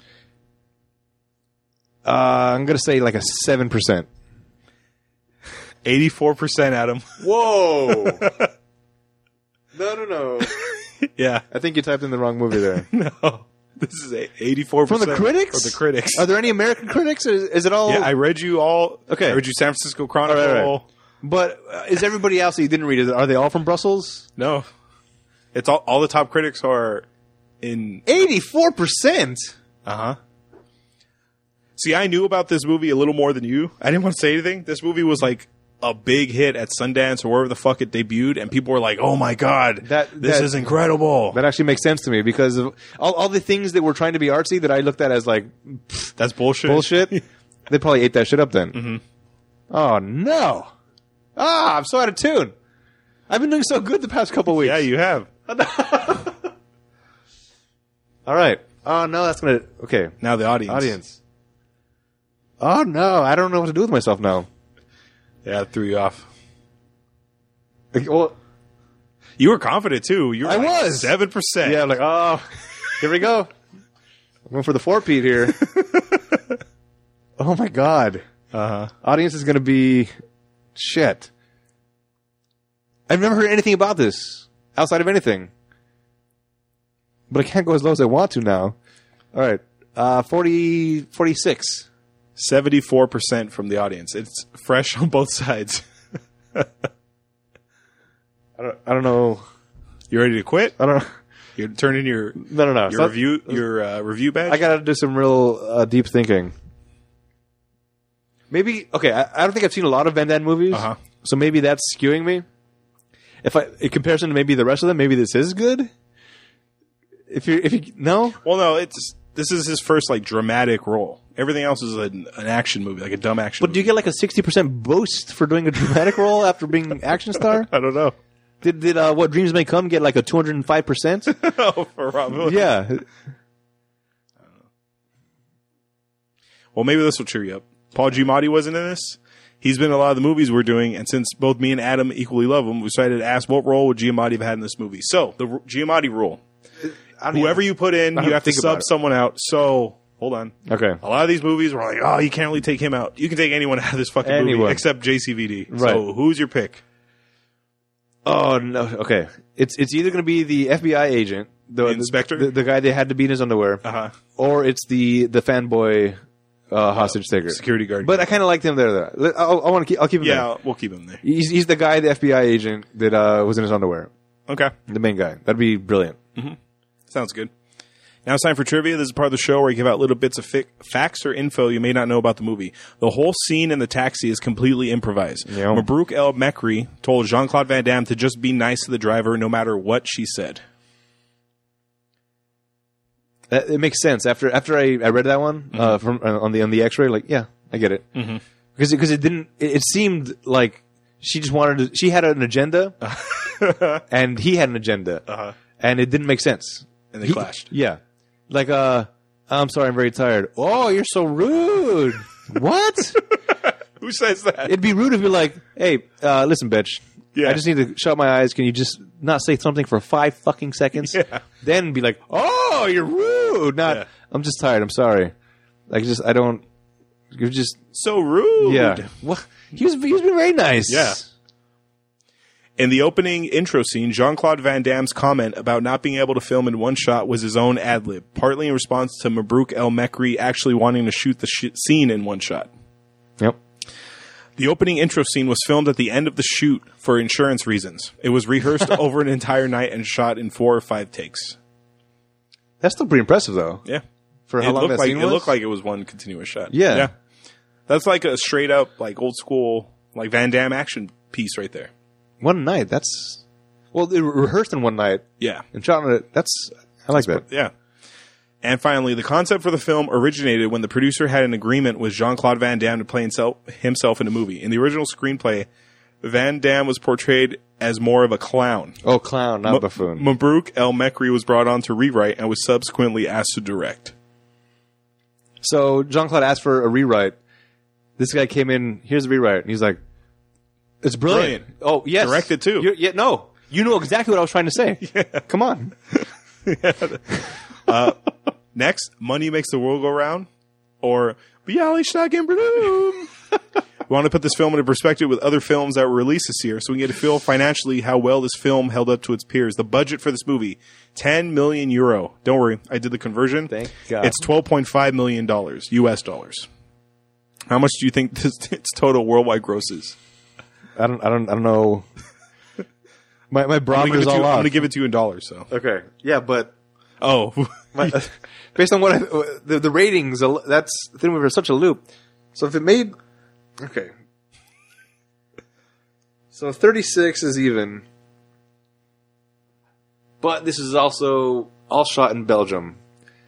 S2: Uh, I'm gonna say like a seven percent.
S1: 84% Adam.
S2: Whoa! no, no, no.
S1: yeah.
S2: I think you typed in the wrong movie there.
S1: No. This is a- 84%
S2: From the critics? Uh,
S1: From the critics.
S2: Are there any American critics? Or is, is it all?
S1: yeah, I read you all.
S2: Okay.
S1: I read you San Francisco Chronicle.
S2: All right, all right. but uh, is everybody else that you didn't read? Is, are they all from Brussels?
S1: No. It's all all the top critics are in
S2: Eighty-four percent.
S1: Uh huh. See, I knew about this movie a little more than you. I didn't want to say anything. This movie was like a big hit at Sundance or wherever the fuck it debuted, and people were like, "Oh my god,
S2: That-
S1: this
S2: that-
S1: is incredible."
S2: That actually makes sense to me because of all, all the things that were trying to be artsy that I looked at as like
S1: That's bullshit.
S2: bullshit. they probably ate that shit up then. Mm-hmm. Oh no! Ah, I'm so out of tune. I've been doing so good the past couple weeks.
S1: Yeah, you have.
S2: all right. Oh no, that's gonna okay.
S1: Now the audience.
S2: Audience. Oh no, I don't know what to do with myself now.
S1: Yeah, it threw you off.
S2: Like, well,
S1: You were confident too. You were
S2: I was.
S1: seven percent.
S2: yeah, I'm like, oh, here we go. I'm going for the four peat here. oh my god,
S1: Uh-huh.
S2: audience is going to be shit. I've never heard anything about this outside of anything, but I can't go as low as I want to now. All right, uh, 40, 46.
S1: Seventy-four percent from the audience. It's fresh on both sides.
S2: I don't, I don't know.
S1: You ready to quit?
S2: I don't.
S1: You're turning your
S2: No, no, no.
S1: your
S2: So-
S1: review your uh, review badge.
S2: I gotta do some real uh, deep thinking. Maybe okay. I, I don't think I've seen a lot of Van Damme movies,
S1: Uh-huh.
S2: so maybe that's skewing me. If I in comparison to maybe the rest of them, maybe this is good. If you if you no,
S1: Well, no, it's this is his first like dramatic role. Everything else is an, an action movie, like a dumb action.
S2: but do you get like a sixty percent boost for doing a dramatic role after being action star?
S1: I don't know.
S2: Did did uh, what dreams may come get like a two hundred and five percent?
S1: oh, for Rob Williams.
S2: Yeah,
S1: Well, maybe this will cheer you up. Paul Giamatti wasn't in this. He's been in a lot of the movies we're doing, and since both me and Adam equally love him, we decided to ask what role would Giamatti have had in this movie. So the r- Giamatti rule: whoever you put in,
S2: even
S1: you have to
S2: think about
S1: sub
S2: it.
S1: someone out. So hold on.
S2: Okay.
S1: A lot of these movies were like, oh, you can't really take him out. You can take anyone out of this fucking
S2: Anyone.
S1: movie except JCVD. So
S2: Right.
S1: who's your pick?
S2: Oh no! Okay, it's it's either going to be the FBI agent, the
S1: The inspector?
S2: Uh-huh. the, the guy they had to beat in his underwear,
S1: Uh huh.
S2: or it's the the fanboy uh, hostage taker,
S1: security guard.
S2: But I kind of liked him there. Though I, I want to keep. I'll keep him.
S1: yeah,
S2: there.
S1: we'll keep him there.
S2: He's, he's the guy, the FBI agent that uh, was in his underwear.
S1: Okay,
S2: The main guy. That'd be brilliant.
S1: sounds good. Now it's time for trivia. This is part of the show where I give out little bits of fic- facts or info you may not know about the movie. The whole scene in the taxi is completely improvised.
S2: Yeah.
S1: Mabrouk El Mekri told Jean Claude Van Damme to just be nice to the driver no matter what she said.
S2: That, it makes sense after after I, I read that one uh,
S1: Mm-hmm.
S2: from uh, on the on the X ray. Like, yeah, I get it because it- because it didn't. It, it seemed like she just wanted. To, she had an agenda, and he had an agenda,
S1: Uh-huh.
S2: and it didn't make sense.
S1: And they
S2: He-
S1: clashed.
S2: Yeah, like uh, I'm sorry, I'm very tired. Oh, you're so rude. what?
S1: Who says that?
S2: It'd be rude if you're like, hey, uh, listen, bitch.
S1: Yeah.
S2: I just need to shut my eyes. Can you just not say something for five fucking seconds?
S1: Yeah.
S2: Then be like, oh, you're rude. Not,
S1: Yeah.
S2: I'm just tired. I'm sorry. Like, just, I don't, you're just,
S1: so rude.
S2: yeah. What? He was, he was being very nice.
S1: Yeah. In the opening intro scene, Jean Claude Van Damme's comment about not being able to film in one shot was his own ad lib, partly in response to Mabrouk El Mekri actually wanting to shoot the sh- scene in one shot.
S2: Yep.
S1: The opening intro scene was filmed at the end of the shoot for insurance reasons. It was rehearsed over an entire night and shot in four or five takes.
S2: That's still pretty impressive, though.
S1: Yeah.
S2: For how
S1: It
S2: long
S1: looked
S2: that
S1: like
S2: scene
S1: it
S2: was?
S1: looked like it was one continuous shot.
S2: Yeah.
S1: That's like a straight up like old school like Van Damme action piece right there.
S2: one night. That's, well, they re- rehearsed in one night
S1: Yeah.
S2: and shot on it. That's, I like that.
S1: Yeah. And finally, the concept for the film originated when the producer had an agreement with Jean Claude Van Damme to play himself, himself in a movie. In the original screenplay, Van Damme was portrayed as more of a clown.
S2: Oh, clown, not buffoon.
S1: Mabrouk El Mekri was brought on to rewrite and was subsequently asked to direct.
S2: So Jean Claude asked for a rewrite. This guy came in. Here's a rewrite, and he's like, "It's brilliant."
S1: Brilliant.
S2: Oh yes,
S1: Direct it, too.
S2: You, yeah, no, you know exactly what I was trying to say. Come on.
S1: Next, Money Makes the World Go Round or Bialystok and Bloom. we want to put this film into perspective with other films that were released this year so we can get a feel financially how well this film held up to its peers. The budget for this movie, 10 million euro. Don't worry, I did the conversion.
S2: Thank God.
S1: It's 12.5 million dollars, US dollars. How much do you think this, its total worldwide gross is?
S2: I don't. I don't. I don't know. My my
S1: I'm going
S2: barometer's all
S1: to
S2: off.
S1: give it to you in dollars, so.
S2: okay. Yeah, but
S1: Oh.
S2: based on what I, uh, the the ratings, uh, that's the thing. We were such a loop. So if it made okay, so thirty six is even, but this is also all shot in Belgium.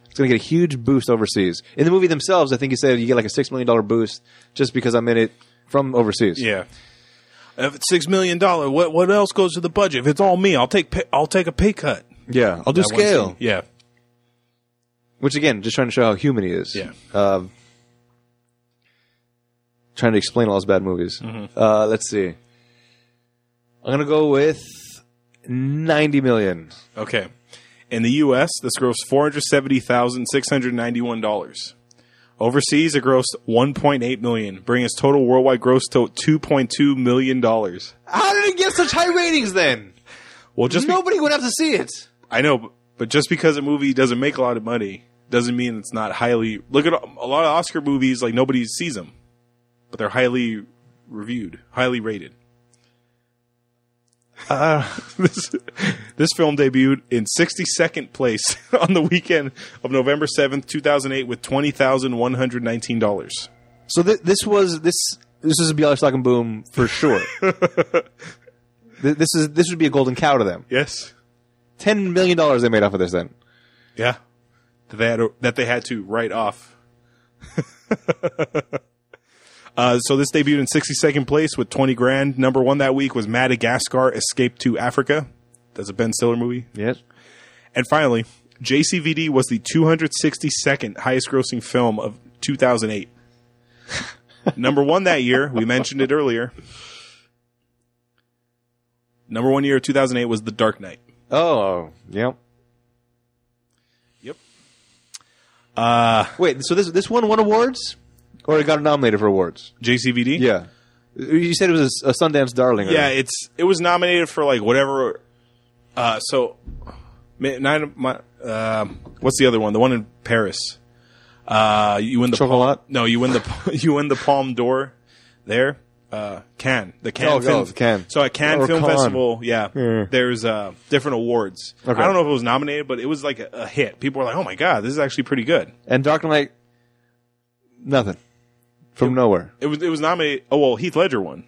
S2: It's going to get a huge boost overseas. In the movie themselves, I think you said you get like a six million dollar boost just because I'm in it from overseas.
S1: Yeah. If it's six million dollar, what what else goes to the budget? If it's all me, I'll take pay, I'll take a pay cut.
S2: yeah. I'll do
S1: That one
S2: scale.
S1: scene. Yeah,
S2: Which again, just trying to show how human he is.
S1: Yeah.
S2: Um, trying to explain all his bad movies.
S1: Mm-hmm.
S2: Uh, let's see. I'm gonna go with ninety million.
S1: Okay. In the U.S., this grossed four hundred seventy thousand six hundred ninety-one dollars. Overseas, it grossed one point eight million, bringing its total worldwide gross to two point two million dollars.
S2: How did it get such high ratings then?
S1: Well, just be-
S2: Nobody went out to see it.
S1: I know, but just because a movie doesn't make a lot of money doesn't mean it's not highly. Look at a a lot of Oscar movies; like nobody sees them, but they're highly reviewed, highly rated. this, this film debuted in 62nd place on the weekend of November 7th, 2008, with $20,119.
S2: So th- this was this this is a Bialystock and Boom for sure. Th- this is this would be a golden cow to them.
S1: Yes.
S2: Ten million dollars they made off of this then.
S1: Yeah. That they had, that they had to write off. uh, so this debuted in 62nd place with 20 grand. Number one that week was Madagascar Escape to Africa. That's a Ben Stiller movie.
S2: Yes.
S1: And finally, JCVD was the 262nd highest grossing film of 2008. Number one that year, we mentioned it earlier. Number one year of 2008 was The Dark Knight.
S2: Oh, yep.
S1: Yep.
S2: Wait, so this this one won awards, or it got nominated for awards?
S1: JCVD?
S2: Yeah, you said it was a, Sundance darling.
S1: Yeah, it's it was nominated for like whatever. Uh, so, Ma- nine of my, um what's the other one? The one in Paris. Uh, you win the
S2: Chocolat?
S1: No, you win the you win the Palm d'Or there. Uh, Cannes, the Cannes
S2: Oh,
S1: Film
S2: oh, Cannes.
S1: So at Cannes
S2: Or
S1: Film
S2: Cannes.
S1: Festival, yeah,
S2: Yeah.
S1: there's uh, different awards.
S2: Okay.
S1: I don't know if it was nominated, but it was like a, a hit. People were like, "Oh my god, this is actually pretty good."
S2: And Doctor Night, nothing from nowhere.
S1: It was it was nominated. Oh well, Heath Ledger won,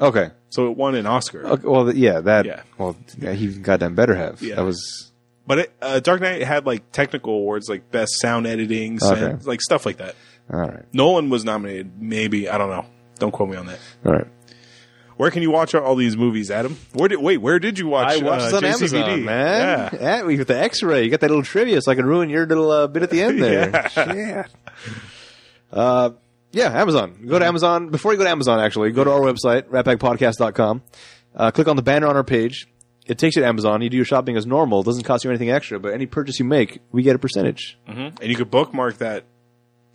S2: Okay.
S1: so it won an Oscar.
S2: okay well, th- yeah, that.
S1: Yeah.
S2: Well, yeah, he goddamn better have.
S1: Yeah.
S2: That was
S1: But it, uh, Dark Knight had like technical awards, like best sound editing, sound,
S2: Okay.
S1: like stuff like that.
S2: all right.
S1: Nolan was nominated, maybe I don't know. Don't quote me on that.
S2: All right.
S1: Where can you watch all these movies, Adam? Where did wait? Where did you watch?
S2: I watched
S1: uh,
S2: on
S1: JCVD?
S2: Amazon, man.
S1: Yeah.
S2: Yeah, we got the X-ray. You got that little trivia, so I can ruin your little uh, bit at the end there.
S1: Yeah.
S2: Shit. Uh, yeah, Amazon. Go to Amazon. Before you go to Amazon, actually, go to our website, ratpackpodcast.com. Uh, click on the banner on our page. It takes you to Amazon. You do your shopping as normal. It doesn't cost you anything extra, but any purchase you make, we get a percentage.
S1: Mhm. And you could bookmark that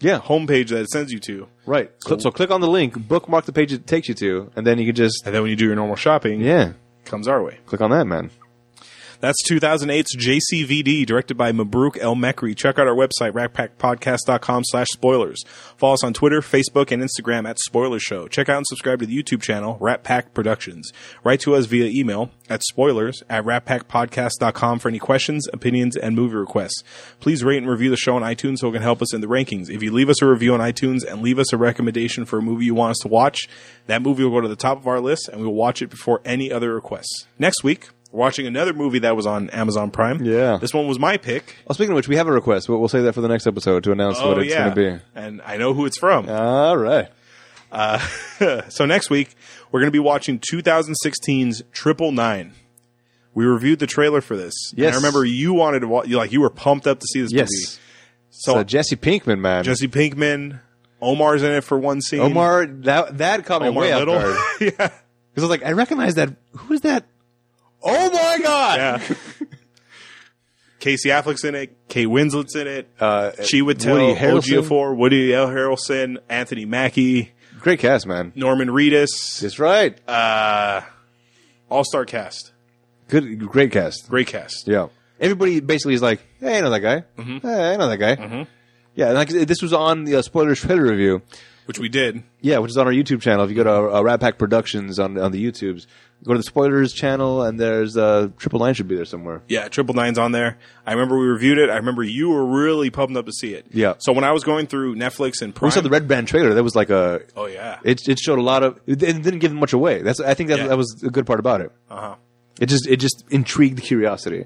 S2: Yeah.
S1: homepage that it sends you to,
S2: Right. So, so click on the link, bookmark the page it takes you to, and then you can just,
S1: and then when you do your normal shopping,
S2: yeah,
S1: it comes our way.
S2: click on that, man.
S1: That's 2008's JCVD, directed by Mabruk El Mekri. Check out our website, rackpackpodcast.com slash spoilers. Follow us on Twitter, Facebook, and Instagram at Spoiler Show. Check out and subscribe to the YouTube channel, Rat Pack Productions. Write to us via email at spoilers at ratpackpodcast.com for any questions, opinions, and movie requests. Please rate and review the show on iTunes so it can help us in the rankings. If you leave us a review on iTunes and leave us a recommendation for a movie you want us to watch, that movie will go to the top of our list and we will watch it before any other requests. Next week, we're watching another movie that was on Amazon Prime.
S2: Yeah.
S1: This one was my pick.
S2: Well, speaking of which, we have a request, but we'll save that for the next episode to
S1: Oh,
S2: announce what it's going to be.
S1: And I know who it's from.
S2: All right.
S1: so next week, we're going to be watching 2016's Triple Nine. We reviewed the trailer for this. And
S2: Yes.
S1: I remember you wanted to watch, like, you were pumped up to see this
S2: Yes.
S1: movie.
S2: So
S1: So
S2: Jesse Pinkman, man.
S1: Jesse Pinkman, Omar's in it for one scene.
S2: Omar, that that caught me
S1: Omar
S2: way
S1: Little.
S2: off guard.
S1: yeah.
S2: Because I was like, I recognize that. Who is that? Oh my god!
S1: Yeah. Casey Affleck's in it. Kate Winslet's in it.
S2: Uh,
S1: She would tell
S2: Woody Harrelson.
S1: Ogiafor, Woody L. Harrelson, Anthony Mackie,
S2: Great cast, man.
S1: Norman Reedus,
S2: That's right.
S1: all star cast,
S2: Good, great cast.
S1: great cast.
S2: Yeah. Everybody basically is like, hey, I know that guy.
S1: Mm-hmm.
S2: Hey, I know that guy. Yeah, and like this was on the uh, spoilers trailer review.
S1: which we did.
S2: Yeah, which is on our YouTube channel. If you go to uh, Rat Pack Productions on on the YouTubes, go to the spoilers channel, and there's uh, Triple Line should be there somewhere.
S1: Yeah, Triple Nine's on there. I remember we reviewed it. I remember you were really pumped up to see it.
S2: Yeah.
S1: So when I was going through Netflix and Prime,
S2: We saw the Red Band trailer. That was like a
S1: oh yeah,
S2: It it showed a lot of. It didn't give much away. That's I think that
S1: Yeah.
S2: that was a good part about it.
S1: Uh-huh.
S2: It just it just intrigued curiosity.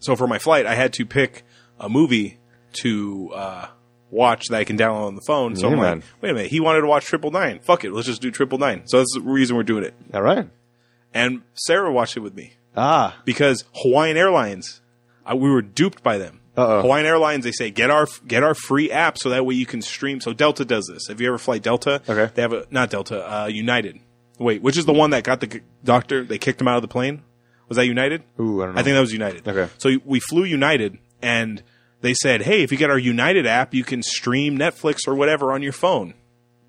S1: so for my flight, I had to pick a movie to uh, watch that I can download on the phone. So
S2: Yeah,
S1: I'm like,
S2: man.
S1: wait a minute, he wanted to watch Triple Nine. Fuck it, let's just do Triple Nine. So that's the reason we're doing it.
S2: All right.
S1: And Sarah watched it with me
S2: Ah.
S1: because Hawaiian Airlines, I, we were duped by them.
S2: Uh-oh.
S1: Hawaiian Airlines, they say get our get our free app so that way you can stream. So Delta does this. Have you ever fly Delta?
S2: Okay.
S1: They have a not Delta, uh, United. Wait, which is the one that got the g- doctor? They kicked him out of the plane. Was that United?
S2: Ooh, I don't know.
S1: think that was United.
S2: Okay.
S1: So we flew United, and they said, hey, if you get our United app, you can stream Netflix or whatever on your phone.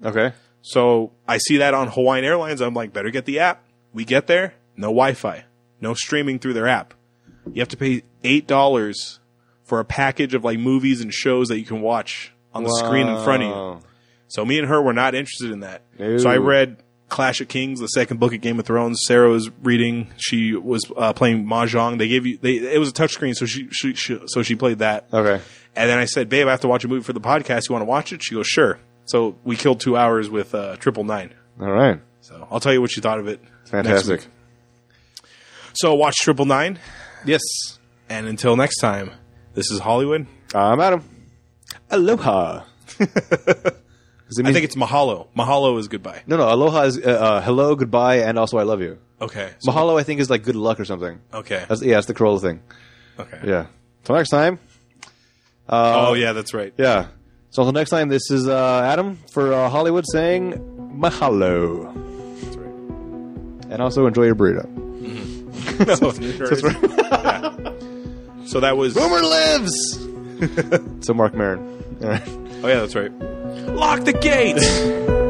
S2: Okay.
S1: So I see that on Hawaiian Airlines. I'm like, better get the app. We get there, no Wi-Fi, no streaming through their app. You have to pay eight dollars for a package of like movies and shows that you can watch on the screen in front of you. So me and her were not interested in that.
S2: No.
S1: So I read Clash of Kings, the second book of Game of Thrones. Sarah was reading. She was uh, playing mahjong. They gave you. They it was a touchscreen, so she, she she so she played that.
S2: Okay.
S1: And then I said, "Babe, I have to watch a movie for the podcast. You want to watch it?" She goes, "Sure." So we killed two hours with uh, Triple Nine.
S2: All right.
S1: So I'll tell you what she thought of it.
S2: Fantastic.
S1: next week. So watch Triple Nine,
S2: Yes.
S1: and until next time, this is Hollywood.
S2: I'm Adam. Aloha. 'Cause it
S1: I
S2: means-
S1: think it's Mahalo. Mahalo is goodbye.
S2: no, no. Aloha is uh, uh, hello, goodbye, and also I love you.
S1: Okay. So-
S2: Mahalo, I think, is like good luck or something.
S1: okay.
S2: That's yeah, that's the Corolla thing.
S1: Okay.
S2: Yeah. Till next time.
S1: Oh yeah, that's right.
S2: Yeah. So until next time, this is uh, Adam for uh, Hollywood saying mahalo,
S1: That's right.
S2: and also enjoy your burrito.
S1: No, that's right. Yeah. So that was.
S2: Boomer lives. so Mark Maron. All right.
S1: Oh yeah, that's right. Lock the gates.